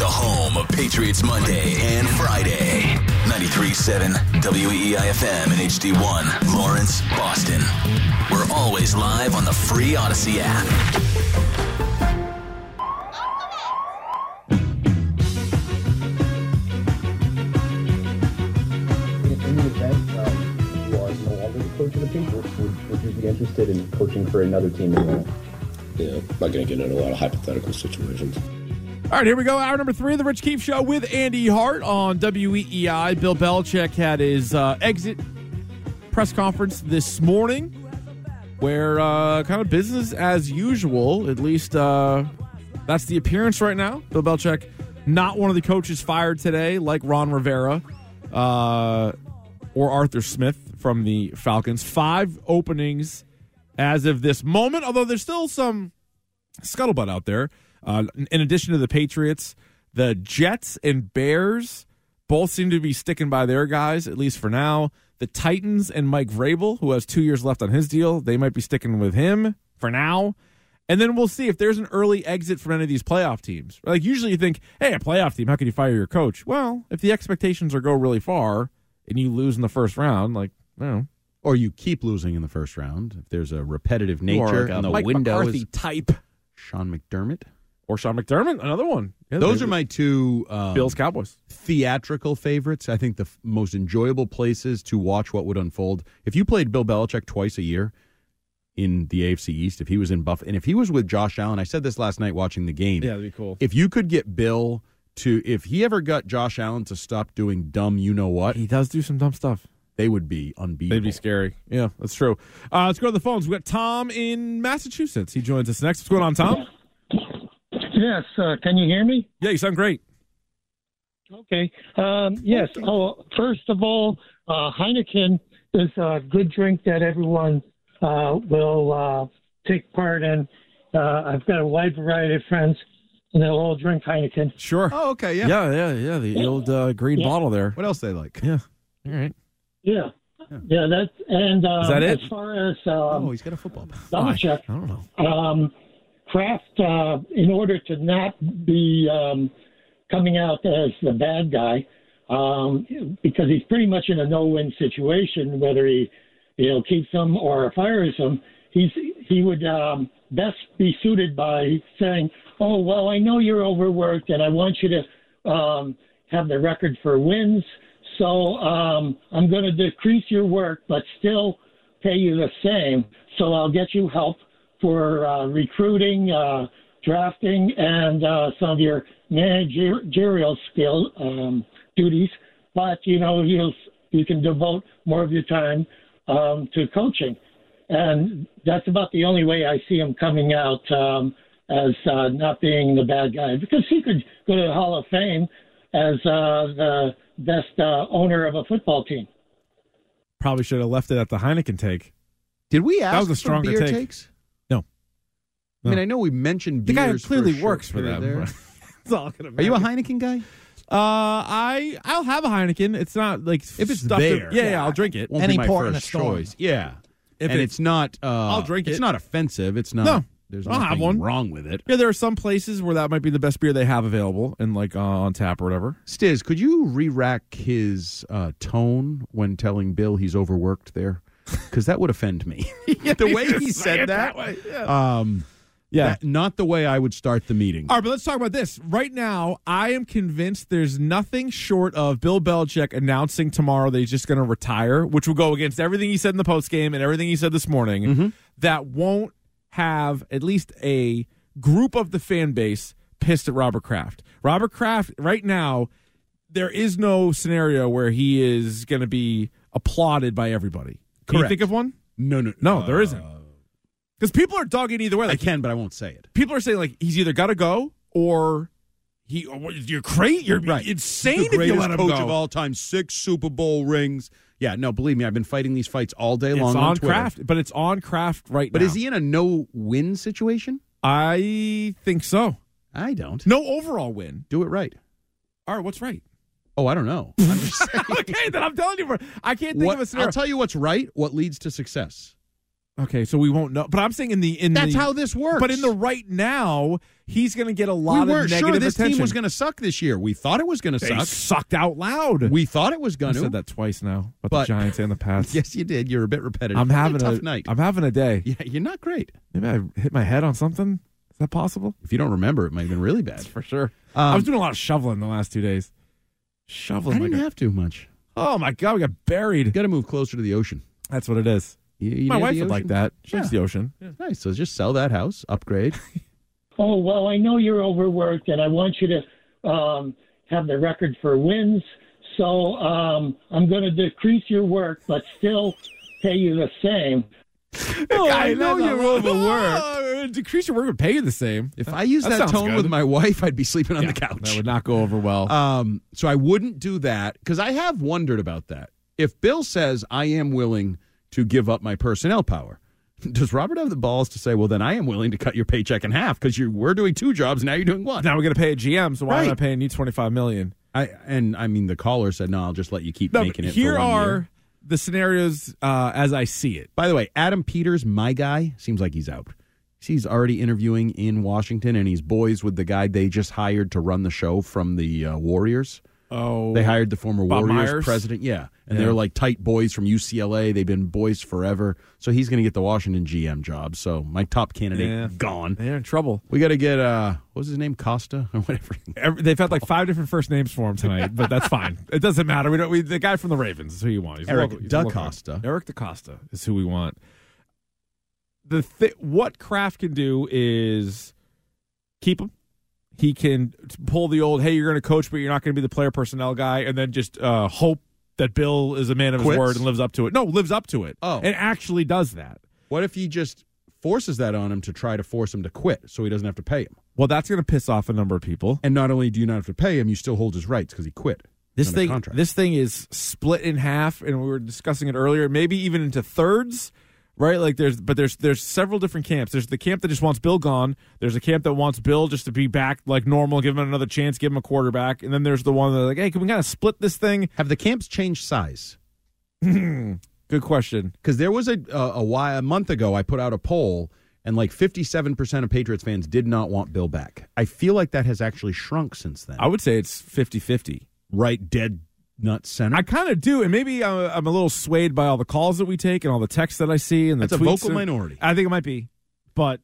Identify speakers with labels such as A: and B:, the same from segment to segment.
A: home of Patriots Monday and Friday. 93.7 E WEEIFM and HD1, Lawrence, Boston. We're always live on the free Odyssey app.
B: In in the event um, you are no longer the coach of the Patriots, would, would you be interested in coaching for another team in the
C: Yeah, I'm not going to get into a lot of hypothetical situations.
D: All right, here we go. Hour number three of the Rich Keefe Show with Andy Hart on WEEI. Bill Belichick had his uh, exit press conference this morning, where uh, kind of business as usual. At least uh, that's the appearance right now. Bill Belichick, not one of the coaches fired today, like Ron Rivera uh, or Arthur Smith from the Falcons. Five openings as of this moment, although there's still some scuttlebutt out there. Uh, in addition to the Patriots, the Jets and Bears both seem to be sticking by their guys, at least for now. The Titans and Mike Vrabel, who has two years left on his deal, they might be sticking with him for now. And then we'll see if there's an early exit from any of these playoff teams. Like usually you think, hey, a playoff team, how can you fire your coach? Well, if the expectations are go really far and you lose in the first round, like, I don't know,
E: or you keep losing in the first round if there's a repetitive
D: you are
E: nature
D: like a
E: and the
D: Mike
E: window
D: McCarthy
E: is
D: type
E: Sean McDermott.
D: or Sean McDermott, another one. Yeah,
E: Those
D: they-
E: are my two um,
D: Bills Cowboys.
E: theatrical favorites. I think the f- most enjoyable places to watch what would unfold. If you played Bill Belichick twice a year in the AFC East, if he was in Buff, and if he was with Josh Allen, I said this last night watching the game.
D: that'd be cool.
E: If you could get Bill to, if he ever got Josh Allen to stop doing dumb, you know what,
D: He does do some dumb stuff.
E: they would be unbeatable.
D: They'd be scary. Yeah, that's true. Uh, let's go to the phones. We got Tom in Massachusetts. He joins us next. What's going on, Tom?
F: Yes, uh, can you hear me?
D: Yeah, you sound great.
F: Okay. Um, yes. Oh, first of all, uh, Heineken is a good drink that everyone uh, will uh, take part in. Uh, I've got a wide variety of friends, and they'll all drink Heineken.
D: Sure.
E: Oh, okay, yeah.
D: yeah, yeah, yeah. The old uh, green
F: Yeah.
D: bottle there.
E: What else they like?
D: Yeah. All right.
F: Yeah. Yeah. That's and um,
D: Is that it?
F: as far as um,
E: Oh, he's got a football.
F: double check,
D: I don't know.
F: um, Kraft, uh, in order to not be um, coming out as the bad guy, um, because he's pretty much in a no-win situation, whether he, you know, keeps him or fires him, he's he would um, best be suited by saying, "Oh well, I know you're overworked, and I want you to um, have the record for wins, so um, I'm going to decrease your work, but still pay you the same. So I'll get you help for uh, recruiting, uh, drafting, and uh, some of your managerial skill um, duties. But you know you you can devote more of your time um, to coaching, and that's about the only way I see him coming out um, as uh, not being the bad guy because he could go to the Hall of Fame as uh, the best uh, owner of a football team.
D: Probably should have left it at the Heineken take.
E: Did we ask
D: was a
E: for
D: stronger
E: beer
D: take.
E: takes?
D: No.
E: I mean, I know we mentioned
D: The
E: beers.
D: guy
E: for a
D: clearly
E: short
D: works for
E: period
D: them.
E: there.
D: it's all gonna
E: Are you a
D: matter.
E: Heineken guy?
D: Uh, I I'll have a Heineken. It's not like
E: If it's
D: stuffed in-
E: there.
D: yeah, yeah, I'll drink it.
E: Won't
G: Any
E: be my
G: port in
E: first
G: a storm.
E: choice. Yeah.
D: If
E: and
D: it-
E: it's, not. Uh, I'll
D: drink
E: It's
D: it.
E: not offensive. It's not.
D: No.
E: There's
D: I'll
E: nothing
D: have one.
E: wrong with it.
D: Yeah, there are some places where that might be the best beer they have available, and like uh, on tap or whatever.
E: Stiz, could you re-rack his uh, tone when telling Bill he's overworked there? Because that would offend me. the way he said that. Um,
D: Yeah,
E: that- not the way I would start the meeting.
D: All right, but let's talk about this. Right now, I am convinced there's nothing short of Bill Belichick announcing tomorrow that he's just going to retire, which will go against everything he said in the postgame and everything he said this morning,
E: Mm-hmm.
D: that won't have at least a group of the fan base pissed at Robert Kraft. Robert Kraft, right now, there is no scenario where he is going to be applauded by everybody. Can you
E: Correct.
D: think of one?
E: No, no,
D: No, there
E: Uh,
D: isn't. Because people are dogging either way.
E: I
D: Like,
E: can, but I won't say it.
D: people are saying like he's either got to go or he you're crazy you're
E: Right.
D: insane
E: the
D: if you
E: greatest
D: let him
E: coach
D: go.
E: of all time, six Super Bowl rings. Yeah, no, believe me, I've been fighting these fights all day
D: it's
E: long
D: on,
E: on Twitter.
D: Kraft, but it's on Kraft right
E: But
D: now.
E: is he in a no-win situation?
D: I think so.
E: I don't.
D: No overall win.
E: Do it right.
D: All right, what's right?
E: Oh, I don't know. I'm just saying.
D: okay, then I'm telling you, I can't think
E: What-
D: of a scenario.
E: I'll tell you what's right. What leads to success?
D: Okay, so we won't know. But I'm saying in the in
E: That's
D: the-
E: how this works.
D: But in the right now, he's going to get a
E: we
D: lot
E: weren't
D: of negative
E: sure this
D: attention.
E: team was going to suck this year. We thought it was going to
D: they
E: suck.
D: sucked out loud.
E: We thought it was
D: I
E: going to.
D: said that twice now about
E: But-
D: the Giants and the Pats.
E: Yes, you did. You're a bit repetitive.
D: I'm
E: You had
D: having
E: a tough
D: a
E: night.
D: am having a day.
E: yeah, you're not great.
D: Maybe I hit my head on something. Is that possible?
E: If you don't remember, it might have been really bad.
D: For sure.
E: Um,
D: I was doing a lot of shoveling the last two days.
E: I
D: Shoveling.
E: didn't
D: like a-
E: have too much.
D: oh my god, we got buried.
E: Got to move closer to the ocean.
D: That's what it is.
E: You- you
D: my
E: near
D: wife
E: the
D: would like
E: ocean?
D: that. She likes
E: Yeah.
D: the ocean.
E: Nice. So just sell that house, upgrade.
F: oh well i know you're overworked and i want you to um, have the record for wins so um, i'm going to decrease your work but still pay you the same
D: Oh,
E: I know you're overworked.
D: overworked. Oh, Decrease your work would pay you the same.
E: if I used
D: That
E: that,
D: sounds
E: tone
D: good.
E: with my wife, I'd be sleeping on the
D: That
E: couch.
D: would not go over well.
E: Um, so I wouldn't do that because I have wondered about that. If Bill says I am willing to give up my personnel power, does Robert have the balls to say, "Well, then I am willing to cut your paycheck in half because you were doing two jobs, now you're doing one"?
D: now we're going to pay a GM, so why am I
E: Right.
D: paying you twenty five million?
E: I and I mean the caller said, "No, I'll just let you keep
D: No,
E: making it." for
D: here
E: one
D: are
E: year."
D: the scenarios uh, as I see it.
E: By the way, Adam Peters, my guy, seems like he's out. He's already interviewing in Washington, and he's boys with the guy they just hired to run the show from the uh, Warriors.
D: Oh,
E: They hired the former
D: Bob
E: Warriors
D: Myers?
E: president, yeah, and
D: Yeah.
E: they're like tight boys from UCLA. They've been boys forever, so he's going to get the Washington GM job. So my top candidate
D: Yeah.
E: gone.
D: they're in trouble.
E: We got to get uh, what was his name, Costa or whatever.
D: Every, they've had like five different first names for him tonight, but that's fine. It doesn't matter. We don't. We, the guy from the Ravens is who you want. He's a
E: Eric
D: local- he's a local guy.
E: DaCosta.
D: Eric DaCosta is who we want. The th- what Kraft can do is keep him. He can t- pull the old "Hey, you're going to coach, but you're not going to be the player personnel guy," and then just uh, hope that Bill is a man of
E: Quits?
D: his word and lives up to it. No, lives up to it.
E: Oh.
D: and actually does that.
E: What if he just forces that on him to try to force him to quit, so he doesn't have to pay him?
D: Well, that's going to piss off a number of people.
E: And not only do you not have to pay him, you still hold his rights because he quit.
D: This
E: under
D: thing,
E: contract.
D: this thing is split in half, and we were discussing it earlier. Maybe even into thirds, right? Like there's, but there's there's several different camps. There's the camp that just wants Bill gone. There's a camp that wants Bill just to be back like normal, give him another chance, give him a quarterback, and then there's the one that's like, hey, can we kind of split this thing?
E: Have the camps changed size?
D: Good question.
E: Because there was a uh, a while a month ago, I put out a poll, and like fifty seven percent of Patriots fans did not want Bill back. I feel like that has actually shrunk since then.
D: I would say it's 50-50.
E: right, dead nut center.
D: I kind of do, and maybe I'm, I'm a little swayed by all the calls that we take and all the texts that I see and the
E: That's a
D: tweets
E: vocal
D: and-
E: minority.
D: I think it might be, but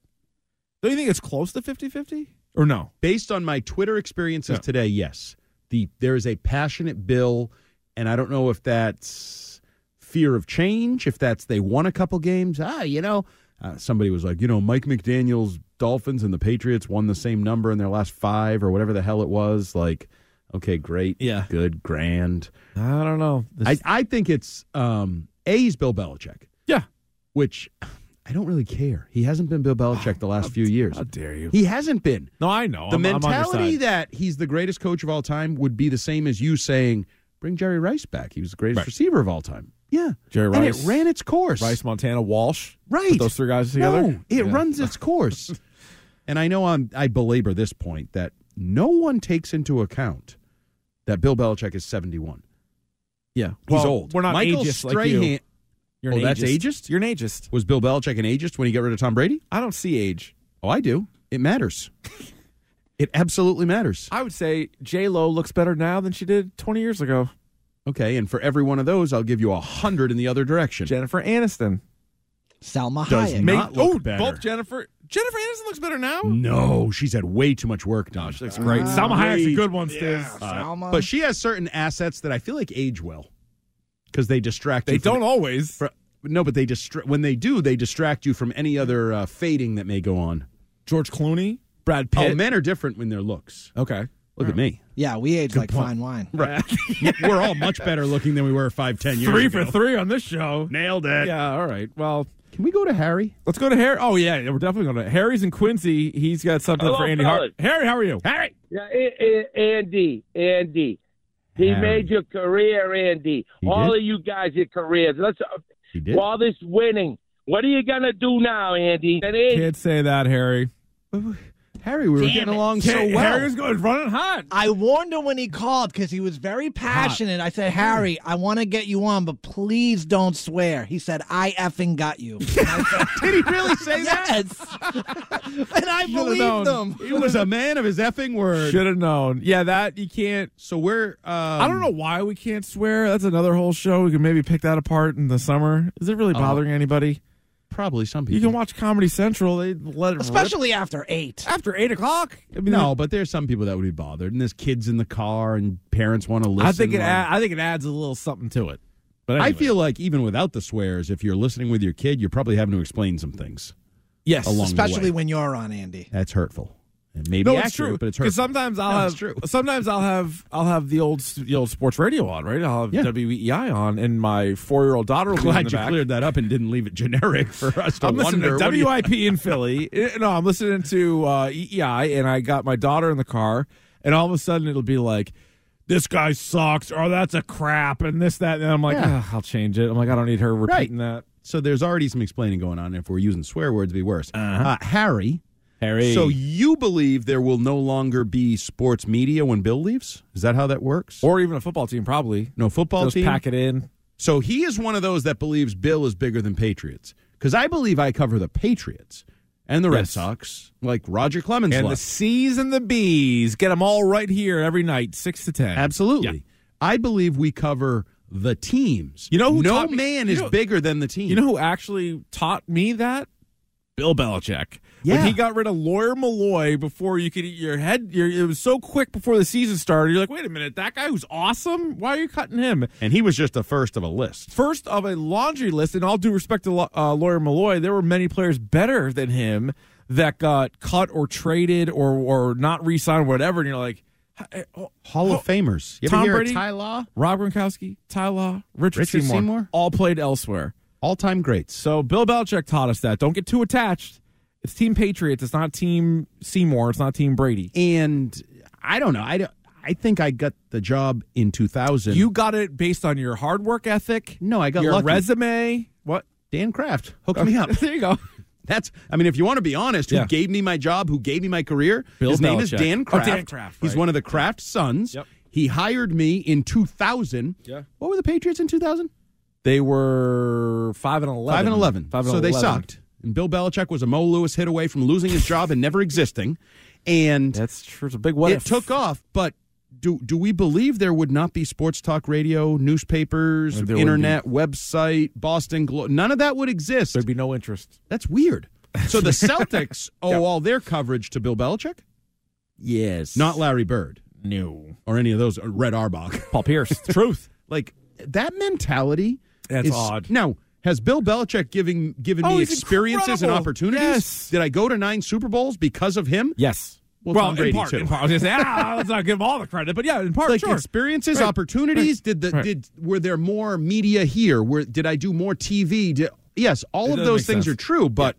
D: don't you think it's close to 50-50? or no?
E: Based on my Twitter experiences
D: Yeah.
E: today, yes, the there is a passionate Bill, and I don't know if that's fear of change, if that's they won a couple games. Ah, you know, uh, somebody was like, you know, Mike McDaniel's Dolphins and the Patriots won the same number in their last five or whatever the hell it was. Like, okay, great,
D: Yeah.
E: good, grand.
D: I don't know. This-
E: I, I think it's um, A's Bill Belichick,
D: yeah.
E: which I don't really care. He hasn't been Bill Belichick the last few years.
D: Oh, How dare you?
E: He hasn't been.
D: No, I know.
E: The
D: I'm, I'm on your
E: mentality
D: side.
E: that he's the greatest coach of all time would be the same as you saying, bring Jerry Rice back. He was the greatest
D: Right.
E: receiver of all time. Yeah.
D: Jerry
E: And
D: Rice.
E: it ran its course.
D: Rice, Montana, Walsh.
E: Right.
D: Put those three guys together.
E: No, it
D: Yeah.
E: runs its course. and I know I'm, I belabor this point that no one takes into account that Bill Belichick is 71.
D: Yeah,
E: He's
D: Well,
E: old.
D: We're not
E: Michael
D: ageist like
E: Strahan
D: you. You're an
E: Oh, that's
D: ageist.
E: ageist?
D: You're an ageist.
E: was Bill Belichick an ageist when he got rid of Tom Brady?
D: I don't see age.
E: Oh, I do. It matters. it absolutely matters.
D: I would say J Lo looks better now than she did 20 years ago.
E: Okay, and for every one of those, I'll give you a hundred in the other direction.
D: Jennifer Aniston.
G: Salma
E: Does
G: Hayek.
E: not look
D: oh,
E: better.
D: both Jennifer. Jennifer Aniston looks better now.
E: no, she's had way too much work done.
D: She looks great. Salma Hayek's a good one, Stiz.
G: Salma.
E: But she has certain assets that I feel like age well because they distract.
D: They
E: you from-
D: don't always.
E: fr- no, but they distract. When they do, they distract you from any other uh, fading that may go on.
D: George Clooney, Brad Pitt.
E: Oh, men are different when their looks.
D: Okay.
E: Look at me.
G: yeah, we age like fine wine.
E: Right. We're all much better looking than we were five, ten years
D: Three
E: ago.
D: for three on this show.
E: Nailed it.
D: Yeah. All right. Well.
E: Can we go to Harry?
D: Let's go to Harry. Oh yeah, yeah, we're definitely going to Harry's and Quincy. He's got something
H: Hello,
D: for Andy Hart.
H: fellas.
D: Harry, how are you? Harry.
H: Yeah, A- A- Andy, Andy, he
E: Harry.
H: made your career, Andy.
E: He
H: All
E: did?
H: of you guys, your careers. Let's
E: He did.
H: all this winning. What are you gonna do now, Andy? And Andy,
D: Can't say that, Harry.
E: Harry, we were getting along so well.
D: Harry's going running hot.
G: I warned him when he called because he was very passionate. I said, Harry, I want to get you on, but please don't swear. He said, I effing got you. And I said,
E: Did he really say
G: yes. and I
D: Should've
G: believed
D: known.
G: him.
E: He was a man of his effing word.
D: Should have known. Yeah, that you can't.
E: So we're. Um,
D: I don't know why we can't swear. That's another whole show. We could maybe pick that apart in the summer. Is it really bothering anybody?
E: Probably some people.
D: You can watch Comedy Central. They let it rip.
G: Especially after eight.
D: after eight o'clock. I mean,
E: No, but there's some people that would be bothered, and there's kids in the car, and parents want to listen.
D: I think it.
E: or-
D: Ad- I think it adds a little something to it. But
E: I
D: anyway.
E: feel like even without the swears, if you're listening with your kid, you're probably having to explain some things.
D: yes.
E: along the
G: Especially
E: way.
G: when you're on, Andy.
E: That's hurtful. And maybe
D: No,
E: accurate,
D: it's true.
E: but it's hurtful.
D: Because sometimes I'll
E: No,
D: have
E: it's true.
D: sometimes I'll have I'll have the old the old sports radio on, right? I'll have
E: Yeah.
D: WEI on, and my four year old daughter will be in
E: Glad
D: the
E: you
D: back.
E: cleared that up and didn't leave it generic for us to
D: I'm
E: wonder.
D: listening
E: what do
D: to
E: you-
D: WIP in Philly. Eh, No, I'm listening to uh, EEI, and I got my daughter in the car, and all of a sudden it'll be like, "This guy sucks," or "That's a crap," and this that, and I'm like,
E: Yeah.
D: "Ugh, "I'll change it." I'm like, "I don't need her repeating that."
E: so there's already some explaining going on. If we're using swear words, it'd be worse.
D: Uh-huh.
E: Uh, Harry.
D: Harry,
E: So you believe there will no longer be sports media when Bill leaves? Is that how that works?
D: or even a football team, probably.
E: no football
D: Just
E: team?
D: pack it in.
E: So he is one of those that believes Bill is bigger than Patriots. Because I believe I cover the Patriots and the Red
D: Yes.
E: Sox, like Roger Clemens
D: And the
E: left.
D: C's and the B's, get them all right here every night, six to ten.
E: Absolutely.
D: Yeah.
E: I believe we cover the teams.
D: You know who
E: no
D: taught me-
E: man
D: you
E: is
D: know-
E: bigger than the team.
D: You know who actually taught me that? Bill Belichick.
E: Yeah.
D: When he got rid of Lawyer Malloy before you could eat your head, your, it was so quick before the season started. You're like, wait a minute, that guy who's awesome? Why are you cutting him?
E: and he was just the first of a list.
D: First of a laundry list, and all due respect to Lo- uh, Lawyer Malloy, there were many players better than him that got cut or traded or, or not re signed, whatever. And you're like, "H- eh, oh,
E: Hall of Famers. You ever
D: Tom
E: hear of
D: Brady?
E: Ty Law?
D: Rob Gronkowski, Ty Law, Richard,
E: Richard
D: Seymour,
E: Seymour?
D: all played elsewhere.
E: All-time greats.
D: So Bill Belichick taught us that. Don't get too attached. It's Team Patriots. It's not Team Seymour. It's not Team Brady.
E: And I don't know. I, don't- I think I got the job in 2000.
D: You got it based on your hard work ethic.
E: No, I got
D: your
E: lucky.
D: resume. What?
E: Dan Kraft Oh. hooked me up.
D: there you go.
E: That's, I mean, if you want to be honest, who
D: Yeah.
E: gave me my job, who gave me my career?
D: Bill
E: His name is
D: Belichick.
E: Dan
D: Oh, Dan
E: Kraft.
D: Kraft,
E: He's
D: right.
E: one of the Kraft sons.
D: Yep.
E: He hired me in 2000.
D: Yeah.
E: What were the Patriots in 2000?
D: They were five and eleven.
E: Five and eleven.
D: Five and
E: so
D: 11.
E: they sucked. And Bill Belichick was a Mo Lewis hit away from losing his job and never existing. And
D: That's true. It's a big what.
E: it
D: if.
E: took off. But do do we believe there would not be sports talk radio, newspapers,
D: There wouldn't
E: internet, website, Boston Globe? None of that would exist.
D: There'd be no interest.
E: That's weird. So the Celtics owe all their coverage to Bill Belichick,
D: Yes.
E: not Larry Bird
D: new.
E: or any of those or Red Arbach.
D: Paul Pierce. Truth.
E: Like that mentality.
D: That's
E: is-
D: odd.
E: Now, has Bill Belichick giving given
D: Oh,
E: me
D: he's
E: experiences
D: incredible.
E: and opportunities?
D: Yes.
E: Did I go to nine Super Bowls because of him?
D: Yes.
E: Well, Tom
D: in
E: Brady,
D: part.
E: too.
D: In part. I was gonna say, ah, let's not give him all the credit, but yeah, in part,
E: Like
D: sure.
E: experiences,
D: Right.
E: opportunities.
D: Right.
E: Did the
D: Right.
E: did were there more media here? Where did I do more TV? Did, yes, all
D: It
E: of
D: does
E: those
D: make
E: things
D: sense.
E: are true, but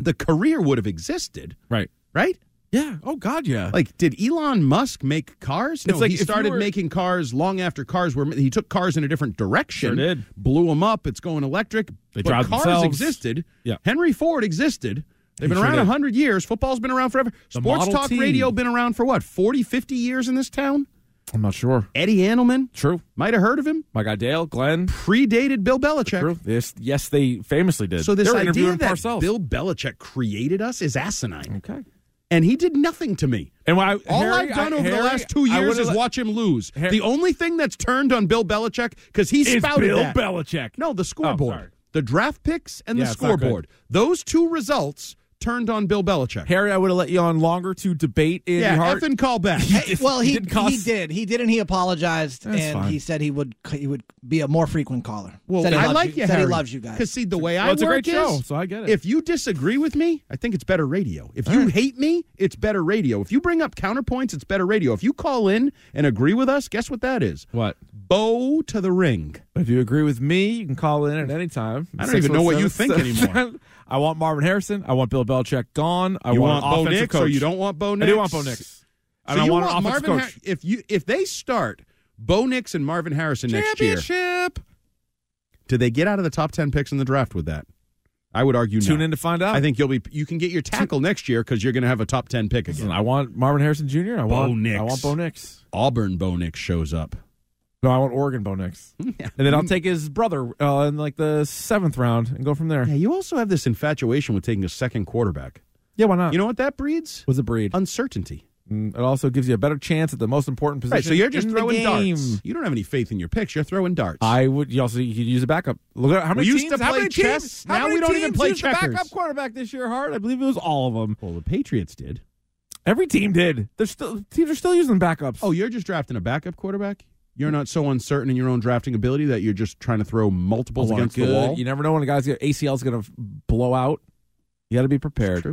E: the career would have existed,
D: right.
E: right?
D: Yeah. Oh God. Yeah.
E: Like, did Elon Musk make cars? No,
D: It's like
E: he
D: if you
E: started
D: were-
E: making cars long after cars were. He took cars in a different direction.
D: Sure did.
E: Blew them up. It's going electric.
D: They
E: but
D: drive
E: cars
D: themselves.
E: existed.
D: Yeah.
E: Henry Ford existed. They've been
D: He sure
E: around a
D: did.
E: 100 years. Football's been around forever.
D: The
E: Sports
D: Model
E: Talk
D: T.
E: Radio been around for what, 40, 50 years in this town?
D: I'm not sure.
E: Eddie Annelman?
D: True.
E: Might have heard of him.
D: My guy Dale, Glenn.
E: Predated Bill Belichick.
D: True. Yes, yes, they famously did.
E: So this
D: they were
E: idea
D: interviewing
E: that
D: Parcells.
E: Bill Belichick created us is asinine.
D: okay.
E: And he did nothing to me.
D: And why,
E: All
D: Harry,
E: I've done
D: I-
E: over
D: Harry,
E: the last two
D: I
E: years
D: would've
E: is
D: let-
E: watch him lose.
D: Har-
E: the only thing that's turned on Bill Belichick because he
D: is
E: spouted
D: Bill
E: that.
D: Belichick. Oh,
E: no, the scoreboard,
D: sorry.
E: the draft picks, and the
D: Yeah, it's not good.
E: scoreboard. Those two results turned on Bill Belichick.
D: Harry, I would have let you on longer to debate Andy
E: yeah,
D: Hart.
E: effing call back.
G: Well, he
D: He did cuss.
G: he did. He did, and he apologized,
D: That's
G: and
D: fine.
G: he said he would he would be a more frequent caller.
E: Well,
G: said he
E: I
G: loved
E: like you,
G: Said
E: Harry.
G: he loves you guys.
E: Because see, the way I
D: Well, it's a
E: work
D: great show,
E: is,
D: so I get it.
E: If you disagree with me, I think it's better radio. If you hate me, it's better radio. If you bring up counterpoints, it's better radio. If you call in and agree with us, guess what that is?
D: what?
E: Bow to the ring.
D: If you agree with me, you can call in at any time.
E: I don't even know what you think
D: 617-777.
E: anymore.
D: I want Marvin Harrison. I want Bill Belichick gone. I
E: you
D: want,
E: want,
D: an
E: Bo
D: offensive
E: Nix
D: coach.
E: or you don't want Bo
D: I
E: Nix?
D: do want Bo Nix.
E: So
D: And I
E: you
D: want,
E: want,
D: an offensive
E: Marvin
D: coach.
E: Har- if you if they start Bo Nix and Marvin Harrison next year,
D: Championship.
E: do they get out of the top ten picks in the draft with that? I would argue.
D: Tune
E: no.
D: in to find out.
E: I think you'll be. You can get your tackle next year because you're going to have a top ten pick
D: Listen,
E: again.
D: I want Marvin Harrison Jr.
E: Bo
D: I want
E: Nix.
D: I want Bo Nix.
E: Auburn Bo Nix shows up.
D: No, I want Oregon Bo Nix. And then I'll take his brother uh, in like the seventh round and go from there.
E: Yeah,
D: Yeah,
E: you also have this infatuation with taking a second quarterback.
D: why not?
E: You know what that breeds?
D: was a breed.
E: Uncertainty.
D: Mm, It also gives you a better chance at the most important position.
E: Right, so you're just
D: in the
E: throwing
D: game.
E: darts. You don't have any faith in your picks. You're throwing darts.
D: I would. You also you could use a backup. Look at how many
E: We used
D: teams.
E: to
D: how
E: play
D: many
E: chess.
D: Teams, how
E: Now
D: many
E: we don't
D: teams
E: even play
D: used the
E: checkers.
D: backup quarterback this year, Hart. I believe it was all of them.
E: well, the Patriots did.
D: Every team did. They're still teams are still using backups.
E: Oh, you're just drafting a backup quarterback. You're not so uncertain in your own drafting ability that you're just trying to throw
D: I
E: multiples
D: want a
E: against the
D: Oh, good-
E: wall.
D: You never know when a guy's gonna, ACL's going to blow out. You got to be prepared.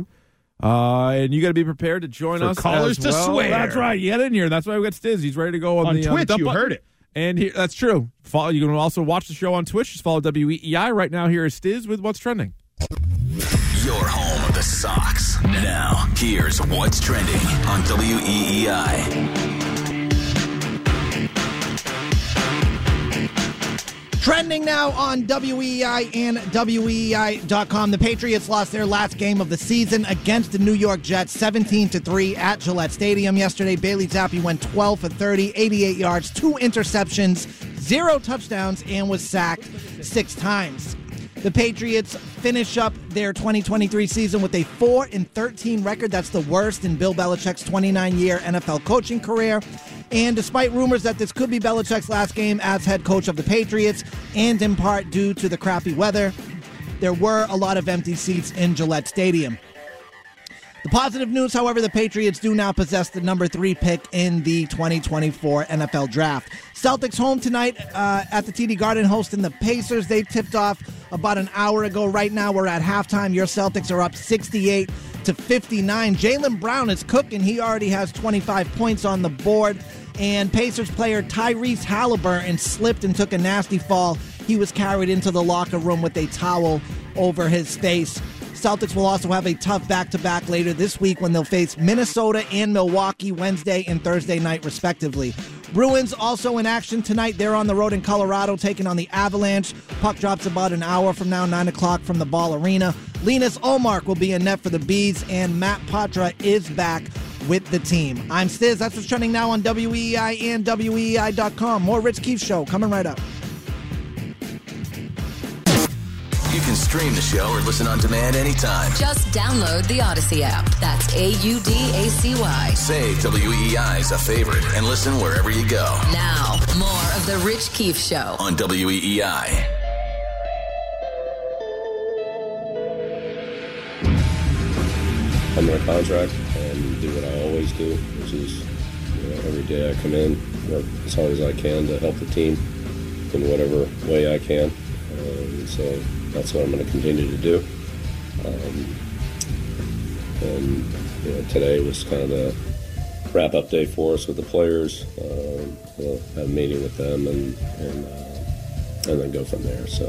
D: Uh, and you got to be prepared to join
E: For
D: us.
E: callers
D: as
E: to
D: well.
E: swear.
D: That's right. Get in here. That's why we got Stiz. He's ready to go on,
E: On
D: the, uh,
E: Twitch,
D: dump
E: you
D: button.
E: heard it.
D: And here, that's true. Follow. You can also watch the show on Twitch. Just follow WEEI right now. Here is Stiz with what's trending.
A: Your home of the Sox. Now, here's what's trending on E WEEI.
G: Trending now on WEI and E WEI.com. The Patriots lost their last game of the season against the New York Jets 17 to 3 at Gillette Stadium yesterday. Bailey Zappi went 12 for 30, 88 yards, two interceptions, zero touchdowns, and was sacked six times. The Patriots finish up their 2023 season with a 4 and 13 record. That's the worst in Bill Belichick's 29 year NFL coaching career. And despite rumors that this could be Belichick's last game as head coach of the Patriots, and in part due to the crappy weather, there were a lot of empty seats in Gillette Stadium. The positive news, however, the Patriots do now possess the number three pick in the 2024 NFL Draft. Celtics home tonight uh, at the TD Garden hosting the Pacers. They tipped off about an hour ago. Right now, we're at halftime. Your Celtics are up 68 to 59. Jalen Brown is cooking. He already has 25 points on the board. And Pacers player Tyrese Halliburton slipped and took a nasty fall. He was carried into the locker room with a towel over his face. Celtics will also have a tough back to back later this week when they'll face Minnesota and Milwaukee Wednesday and Thursday night, respectively. Bruins also in action tonight. They're on the road in Colorado taking on the Avalanche. Puck drops about an hour from now, 9 o'clock from the Ball Arena. Linus Olmark will be in net for the Bees, and Matt Patra is back with the team. I'm Stiz. That's what's trending now on WEI and E WEI.com. More Rich Keefe Show coming right up.
A: You can stream the show or listen on demand anytime.
I: Just download the Odyssey app. That's A U D A C Y.
A: Save WEEI as a favorite and listen wherever you go
I: Now, more of The Rich Keefe Show.
A: on E WEEI.
C: I'm on a contract and do what I always do, which is you know, every day I come in, work as hard as I can to help the team in whatever way I can. Um, so that's what I'm going to continue to do. Um, and you know, today was kind of the wrap-up day for us with the players. Um, we'll have a meeting with them and and, uh, and then go from there. So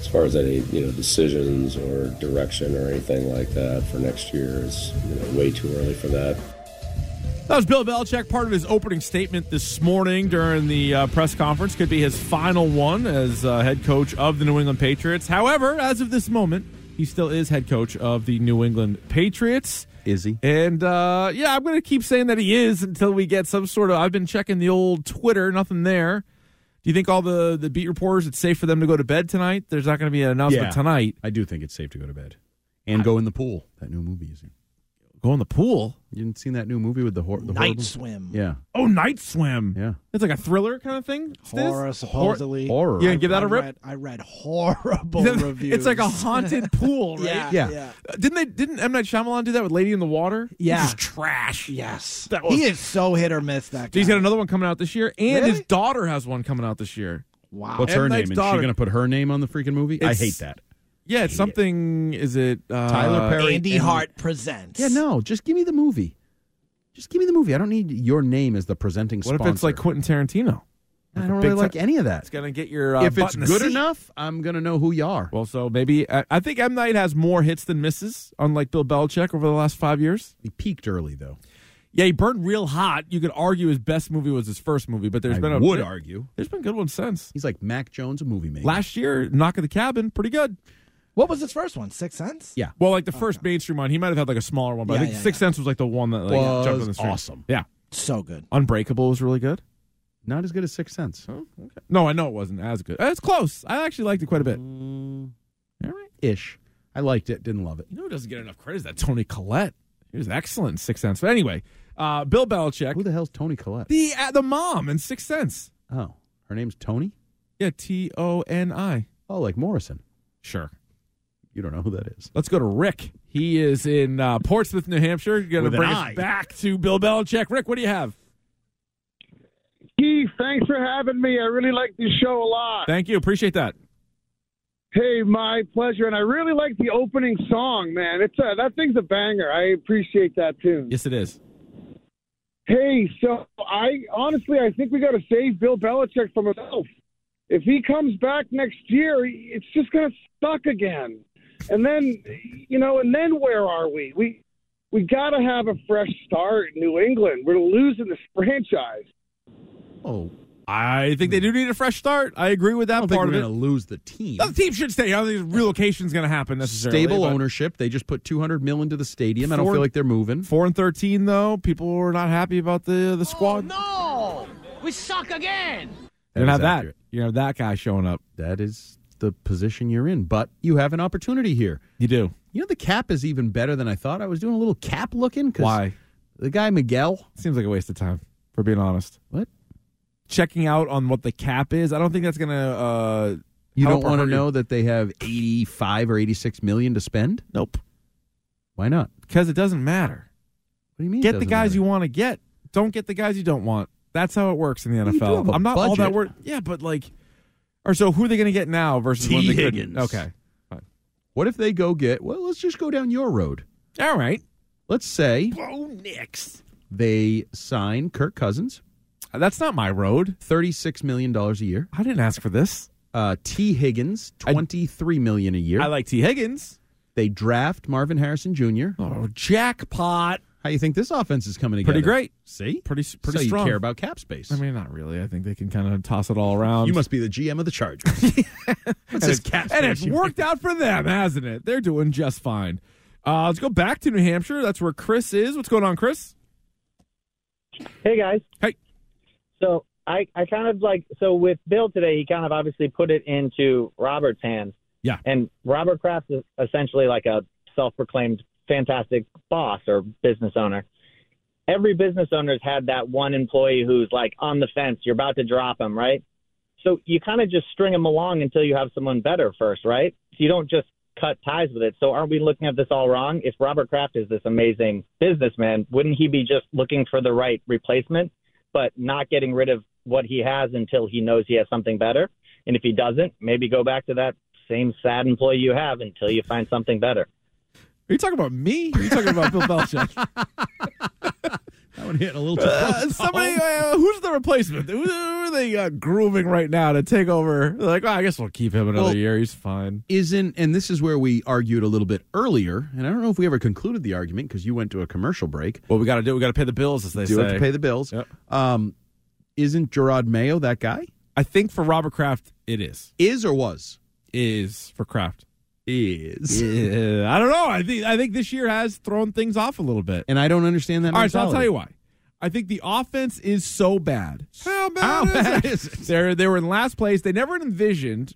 C: as far as any you know decisions or direction or anything like that for next year is you know, way too early for that.
D: That was Bill Belichick, part of his opening statement this morning during the uh, press conference. Could be his final one as uh, head coach of the New England Patriots. However, as of this moment, he still is head coach of the New England Patriots.
E: Is he?
D: And uh, yeah, I'm going to keep saying that he is until we get some sort of. I've been checking the old Twitter, nothing there. Do you think all the, the beat reporters, it's safe for them to go to bed tonight? There's not going to be an announcement tonight.
E: I do think it's safe to go to bed and go in the pool. That new movie is in.
D: Go in the pool.
E: You didn't seen that new movie with the, hor- the
G: Night
E: horrible-
G: swim.
E: Yeah,
D: Oh, night swim.
E: yeah.
D: It's like a thriller kind of thing. Stiz?
G: Horror, supposedly.
E: Horror.
D: You gonna give that a
G: I
D: rip?
G: read- I read horrible reviews.
D: It's like a haunted pool, right?
E: Yeah.
G: yeah, yeah, yeah.
D: Uh, Didn't they? Didn't M Night Shyamalan do that with Lady in the Water?
G: Yeah.
D: Which is trash.
G: Yes,
D: That was-
G: he is so hit or miss. That guy.
D: He's got another one coming out this year, and his
G: Really?
D: daughter has one coming out this year.
G: wow.
E: What's
D: M.
E: her
D: Night's
E: name? Is she
D: daughter.
E: going to put her name on the freaking movie?
D: It's-
E: I hate that.
D: Yeah, it's something. Is it uh,
E: Tyler Perry.
G: Andy Hart presents.
E: Yeah, no. Just give me the movie. Just give me the movie. I don't need your name as the presenting
D: What
E: sponsor.
D: if it's like Quentin Tarantino?
E: I don't
D: big
E: really like
D: ti-
E: any of that.
D: It's gonna get your uh,
E: if
D: butt
E: it's
D: in the
E: good
D: seat.
E: enough, I'm going to know who you are.
D: Well, so maybe I, I think M Night has more hits than misses, unlike Bill Belichick over the last five years.
E: he peaked early, though.
D: Yeah, he burned real hot. You could argue his best movie was his first movie, but there's
E: I
D: been a
E: would
D: there-
E: argue.
D: There's been good ones since.
E: He's like Mac Jones, a movie maker.
D: Last year, Knock at the Cabin, pretty good.
G: What was his first one? Six cents.
E: Yeah.
D: Well, like the first mainstream one, he might have had like a smaller one, but I
G: Yeah,
D: think
G: yeah,
D: Sixth Sense was like the one that like
E: Was
D: jumped on the screen.
E: awesome.
D: Yeah.
G: So good.
D: Unbreakable was really good.
E: Not as good as Sixth Sense.
D: No, I know it wasn't as good. Uh, It's close. I actually liked it quite a bit. All right.
E: Ish. I liked it. Didn't love it.
D: You know who doesn't get enough credit is that Tony Collette. He was excellent in Sixth Sense. But anyway, uh, Bill Belichick,
E: Who the hell's Tony Collette?
D: the uh, the mom in Sixth Sense.
E: Oh, her name's Tony.
D: Yeah, T O N I.
E: Oh, like Morrison.
D: Sure.
E: You don't know who that is.
D: Let's go to Rick. He is in uh, Portsmouth, New Hampshire. Going to
E: With an
D: bring us
E: eye.
D: back to Bill Belichick. Rick, what do you have?
H: Keith, thanks for having me. I really like this show a lot.
D: Thank you. Appreciate that.
H: Hey, my pleasure. And I really like the opening song, man. It's a, that thing's a banger. I appreciate that tune.
D: Yes, it is.
H: Hey, so I honestly, I think we got to save Bill Belichick from himself. If he comes back next year, it's just going to suck again. And then, you know, and then where are we? We we got to have a fresh start in New England. We're losing this franchise.
E: Oh,
D: I think they do need a fresh start. I agree with that
E: I don't think
D: part
E: we're
D: of
E: going
D: it.
E: to lose the team.
D: No, the team should stay. I don't think relocation's going to happen necessarily.
E: Stable
D: but-
E: ownership. They just put 200 mil into the stadium. I don't
D: Four-
E: feel like they're moving.
D: Four and thirteen, though people were not happy about the the squad.
J: No! We suck again!
D: you don't have
E: That is
D: that.
E: accurate.
D: You don't have that guy showing up.
E: That is the position you're in, but you have an opportunity here.
D: You do.
E: You know the cap is even better than I thought. I was doing a little cap looking. 'cause
D: Why?
E: The guy Miguel.
D: Seems like a waste of time. For being honest,
E: What?
D: checking out on what the cap is, I don't think that's going to. uh
E: You
D: help
E: don't
D: or
E: want to
D: hurt you.
E: know that they have 85 or 86 million to spend?
D: Nope,
E: Why not?
D: because it doesn't matter.
E: What do you mean?
D: Get the guys you want to get. Don't get the guys you don't want. That's how it works in the
E: you do
D: NFL.
E: have a
D: I'm not all that
E: budget.
D: worried. Yeah, but like, or so who are they going to get now versus
E: T.
D: when they couldn't?
E: Higgins.
D: Okay,
E: What if they go get? Well, let's just go down your road.
D: all right.
E: Let's say
D: Bo Nix.
E: they sign Kirk Cousins,
D: That's not my road.
E: $36 million a year.
D: I didn't ask for this.
E: Uh, T. Higgins,
D: I-
E: $23 million a year.
D: I like T. Higgins.
E: they draft Marvin Harrison Jr.
D: Oh, jackpot!
E: How you think this offense is coming together?
D: Pretty great.
E: See?
D: Pretty s- pretty
E: so
D: strong.
E: you care about cap space. Um,
D: I mean, not really. I think they can kind of toss it all around.
E: you must be the GM of the Chargers. What's this cap space?
D: and it's
E: you-
D: worked out for them, hasn't it? They're doing just fine. Uh, let's go back to New Hampshire. That's where Chris is. What's going on, Chris?
K: Hey guys.
D: Hey.
K: So I, I kind of like so with Bill today, he kind of obviously put it into Robert's hands.
D: Yeah.
K: And Robert Kraft is essentially like a self-proclaimed fantastic boss or business owner. Every business owner's had that one employee who's like on the fence. You're about to drop him, right? So you kind of just string him along until you have someone better first, right? So you don't just cut ties with it. So aren't we looking at this all wrong? If Robert Kraft is this amazing businessman, wouldn't he be just looking for the right replacement, but not getting rid of what he has until he knows he has something better? And if he doesn't, maybe go back to that same sad employee you have until you find something better.
D: Are you talking about me? Or are you talking about Bill Belichick?
E: That one hit a little too
D: Uh,
E: close.
D: somebody, uh, who's the replacement? Who, who are they uh, grooming right now to take over? They're like, oh, I guess we'll keep him another
E: Well-
D: year. He's fine.
E: isn't, and this is where we argued a little bit earlier, and I don't know if we ever concluded the argument because you went to a commercial break.
D: What we got to do? We got to pay the bills, as they
E: Do
D: say.
E: have to pay the bills.
D: Yep.
E: Um, isn't Gerard Mayo that guy?
D: I think for Robert Kraft, it is
E: Is or was?
D: is for Kraft.
E: Is.
D: I don't know. I think I think this year has thrown things off a little bit.
E: And I don't understand that.
D: All right, so I'll tell you why. I think the offense is so bad. How bad,
E: How bad is it?
D: They're, they were in last place. They never envisioned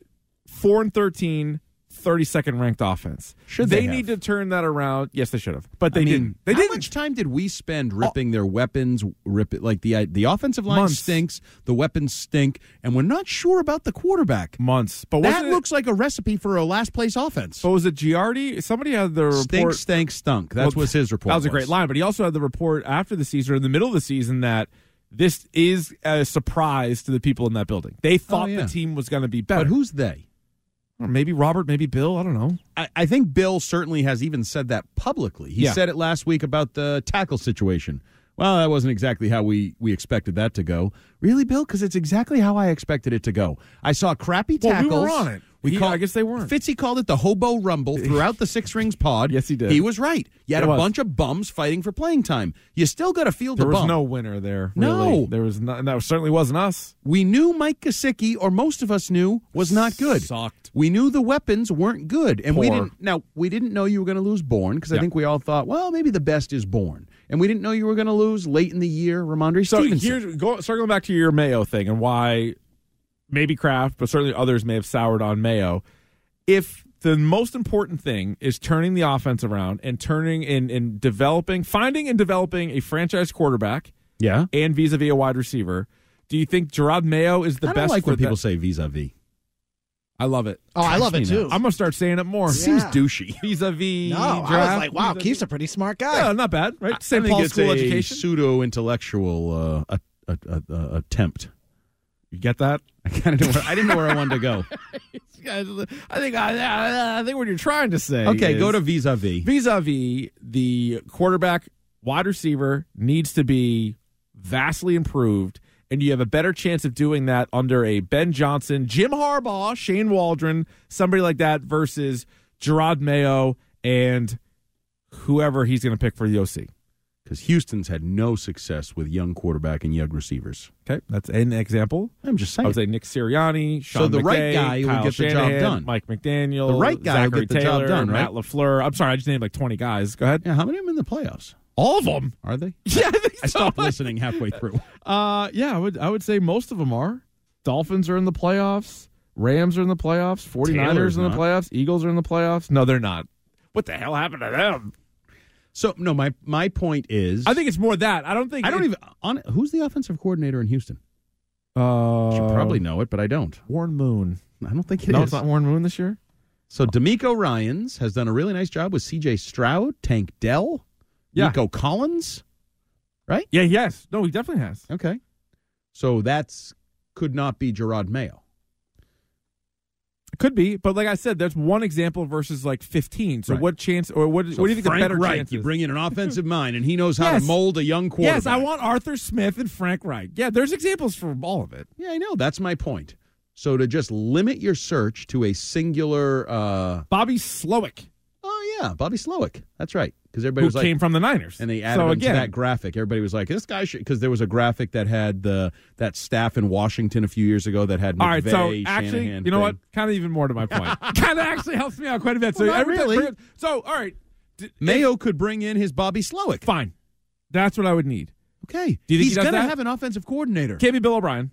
D: 4 and 13, 32nd ranked offense.
E: Should
D: they,
E: they have?
D: need to turn that around? Yes, they should have. But they
E: I mean,
D: didn't. They
E: how
D: didn't.
E: much time did we spend ripping their weapons? Rip it like the the offensive line
D: Months.
E: stinks, the weapons stink, and we're not sure about the quarterback.
D: months. But
E: That
D: wasn't it-
E: looks like a recipe for a last place offense.
D: But was it Giardi? Somebody had the report.
E: Stink, stank, stunk. That's
D: Well,
E: what his report.
D: That was a great line, but he also had the report after the season, or in the middle of the season, that this is a surprise to the people in that building. They thought
E: yeah.
D: the team was going to be better.
E: But who's they?
D: Or maybe Robert, maybe Bill. I don't know.
E: I, I think Bill certainly has even said that publicly. He
D: Yeah.
E: said it last week about the tackle situation. Well, that wasn't exactly how we, we expected that to go. Really, Bill? Because it's exactly how I expected it to go. I saw crappy
D: Well, we
E: tackles.
D: were on it.
E: We
D: He-
E: call,
D: I guess they weren't.
E: Fitzy called it the hobo rumble throughout the Six Rings pod.
D: Yes, he did.
E: He was right. You had
D: It
E: a
D: was.
E: bunch of bums fighting for playing time. You still got a field
D: There
E: of
D: was
E: bum.
D: no winner there.
E: No.
D: really. there was not. and That certainly wasn't us.
E: We knew Mike Kosicki, or most of us knew, was not good.
D: Sucked.
E: We knew the weapons weren't good, and we
D: Poor.
E: didn't. Now we didn't know you were going to lose Born because I
D: Yeah.
E: think we all thought, well, maybe the best is Born, and we didn't know you were going to lose late in the year, Ramondre
D: So
E: Stevenson.
D: here's go, circling back to your Mayo thing and why maybe Kraft, but certainly others may have soured on Mayo. If the most important thing is turning the offense around and turning and, and developing, finding and developing a franchise quarterback
E: yeah,
D: and vis-a-vis a wide receiver, do you think Gerard Mayo is the
E: I don't
D: best?
E: like
D: for
E: when people
D: that?
E: say vis-a-vis.
D: I love it.
G: Oh, I love it
E: Trust me
G: too.
E: now.
D: I'm gonna start saying it more.
E: Seems
G: Yeah.
E: douchey.
D: Vis-a-vis.
G: no, I was
D: Gerard,
G: like, wow,
D: vis-a-vis-
G: Keith's a pretty smart guy.
D: Yeah, not bad, right? St.
E: I
D: Paul's
E: think
D: School
E: it's a
D: education.
E: pseudo-intellectual uh, a, a, a, a- attempt.
D: you get that?
E: I kind of didn't, where- I didn't know where I wanted to go.
D: I think I, I think what you're trying to say.
E: Okay, go
D: is-
E: to vis-a-vis.
D: vis-a-vis the quarterback wide receiver needs to be vastly improved and you have a better chance of doing that under a Ben Johnson, Jim Harbaugh, Shane Waldron, somebody like that versus Gerard Mayo and whoever he's going to pick for the OC.
E: Because Houston's had no success with young quarterback and young receivers.
D: Okay, that's an example.
E: I'm just
D: I
E: saying.
D: would say Nick Sirianni, Sean
E: the right
D: McVay,
E: guy would
D: Kyle
E: get the job
D: Shanahan,
E: done.
D: Mike McDaniel,
E: The right guy would
D: Zachary
E: get the job
D: Taylor,
E: done, right?
D: Matt Lafleur. I'm sorry, I just named like 20 guys. Go ahead.
E: yeah, how many of them in the playoffs?
D: All of them.
E: Are they?
D: Yeah, I, think
E: I stopped listening halfway through.
D: Uh, yeah, I would I would say most of them are. Dolphins are in the playoffs. Rams are in the playoffs. 49ers
E: Taylor's
D: are in the
E: not.
D: playoffs. Eagles are in the playoffs. No, they're not. What the hell happened to them?
E: So no, my my point is,
D: I think it's more that. I don't think
E: I don't
D: it-
E: even on who's the offensive coordinator in Houston.
D: Uh,
E: You should probably know it, but I don't.
D: Warren Moon.
E: I don't think it is.
D: no, it's not Warren Moon this year.
E: So D'Amico Ryan's has done a really nice job with C.J. Stroud, Tank Dell,
D: Yeah.
E: Nico Collins.
D: Yeah, yes. No, he definitely has.
E: Okay, so that's could not be Gerard Mayo.
D: It could be, but like I said, that's one example versus like 15. So
E: Right.
D: what chance or what,
E: So
D: what do you think
E: Frank
D: the better
E: Reich,
D: chance
E: You
D: is?
E: bring in an offensive mind, and he knows how
D: Yes.
E: to mold a young quarterback.
D: Yes, I want Arthur Smith and Frank Reich. Yeah, there's examples for all of it.
E: Yeah, I know. That's my point. So to just limit your search to a singular. uh
D: Bobby Slowick,
E: Oh yeah, Bobby Slowick. That's right. Because everybody
D: who
E: was like,
D: came from the Niners.
E: and they added
D: so
E: him
D: again,
E: to that graphic. Everybody was like, "This guy should," because there was a graphic that had the that staff in Washington a few years ago that had McVay,
D: All right, so actually,
E: Shanahan
D: you know what?
E: thing.
D: Kind of even more to my point. kind of actually helps me out quite a bit. So
E: Well, not
D: every time-
E: really.
D: So all right, d-
E: Mayo could bring in his Bobby Slowick.
D: fine. That's what I would need.
E: Okay,
D: Do you think he
E: he's
D: does
E: gonna
D: that?
E: have an offensive coordinator?
D: Can't be Bill O'Brien.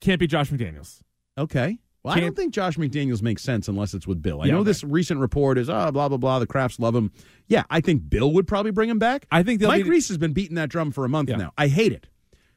D: Can't be Josh McDaniels.
E: Okay. Well, I
D: Can't-
E: don't think Josh McDaniels makes sense unless it's with Bill. I
D: Yeah,
E: know
D: okay.
E: this recent report is oh, blah blah blah. The Crafts love him. Yeah, I think Bill would probably bring him back.
D: I think they'll
E: Mike
D: be-
E: Reese has been beating that drum for a month
D: Yeah.
E: now. I hate it.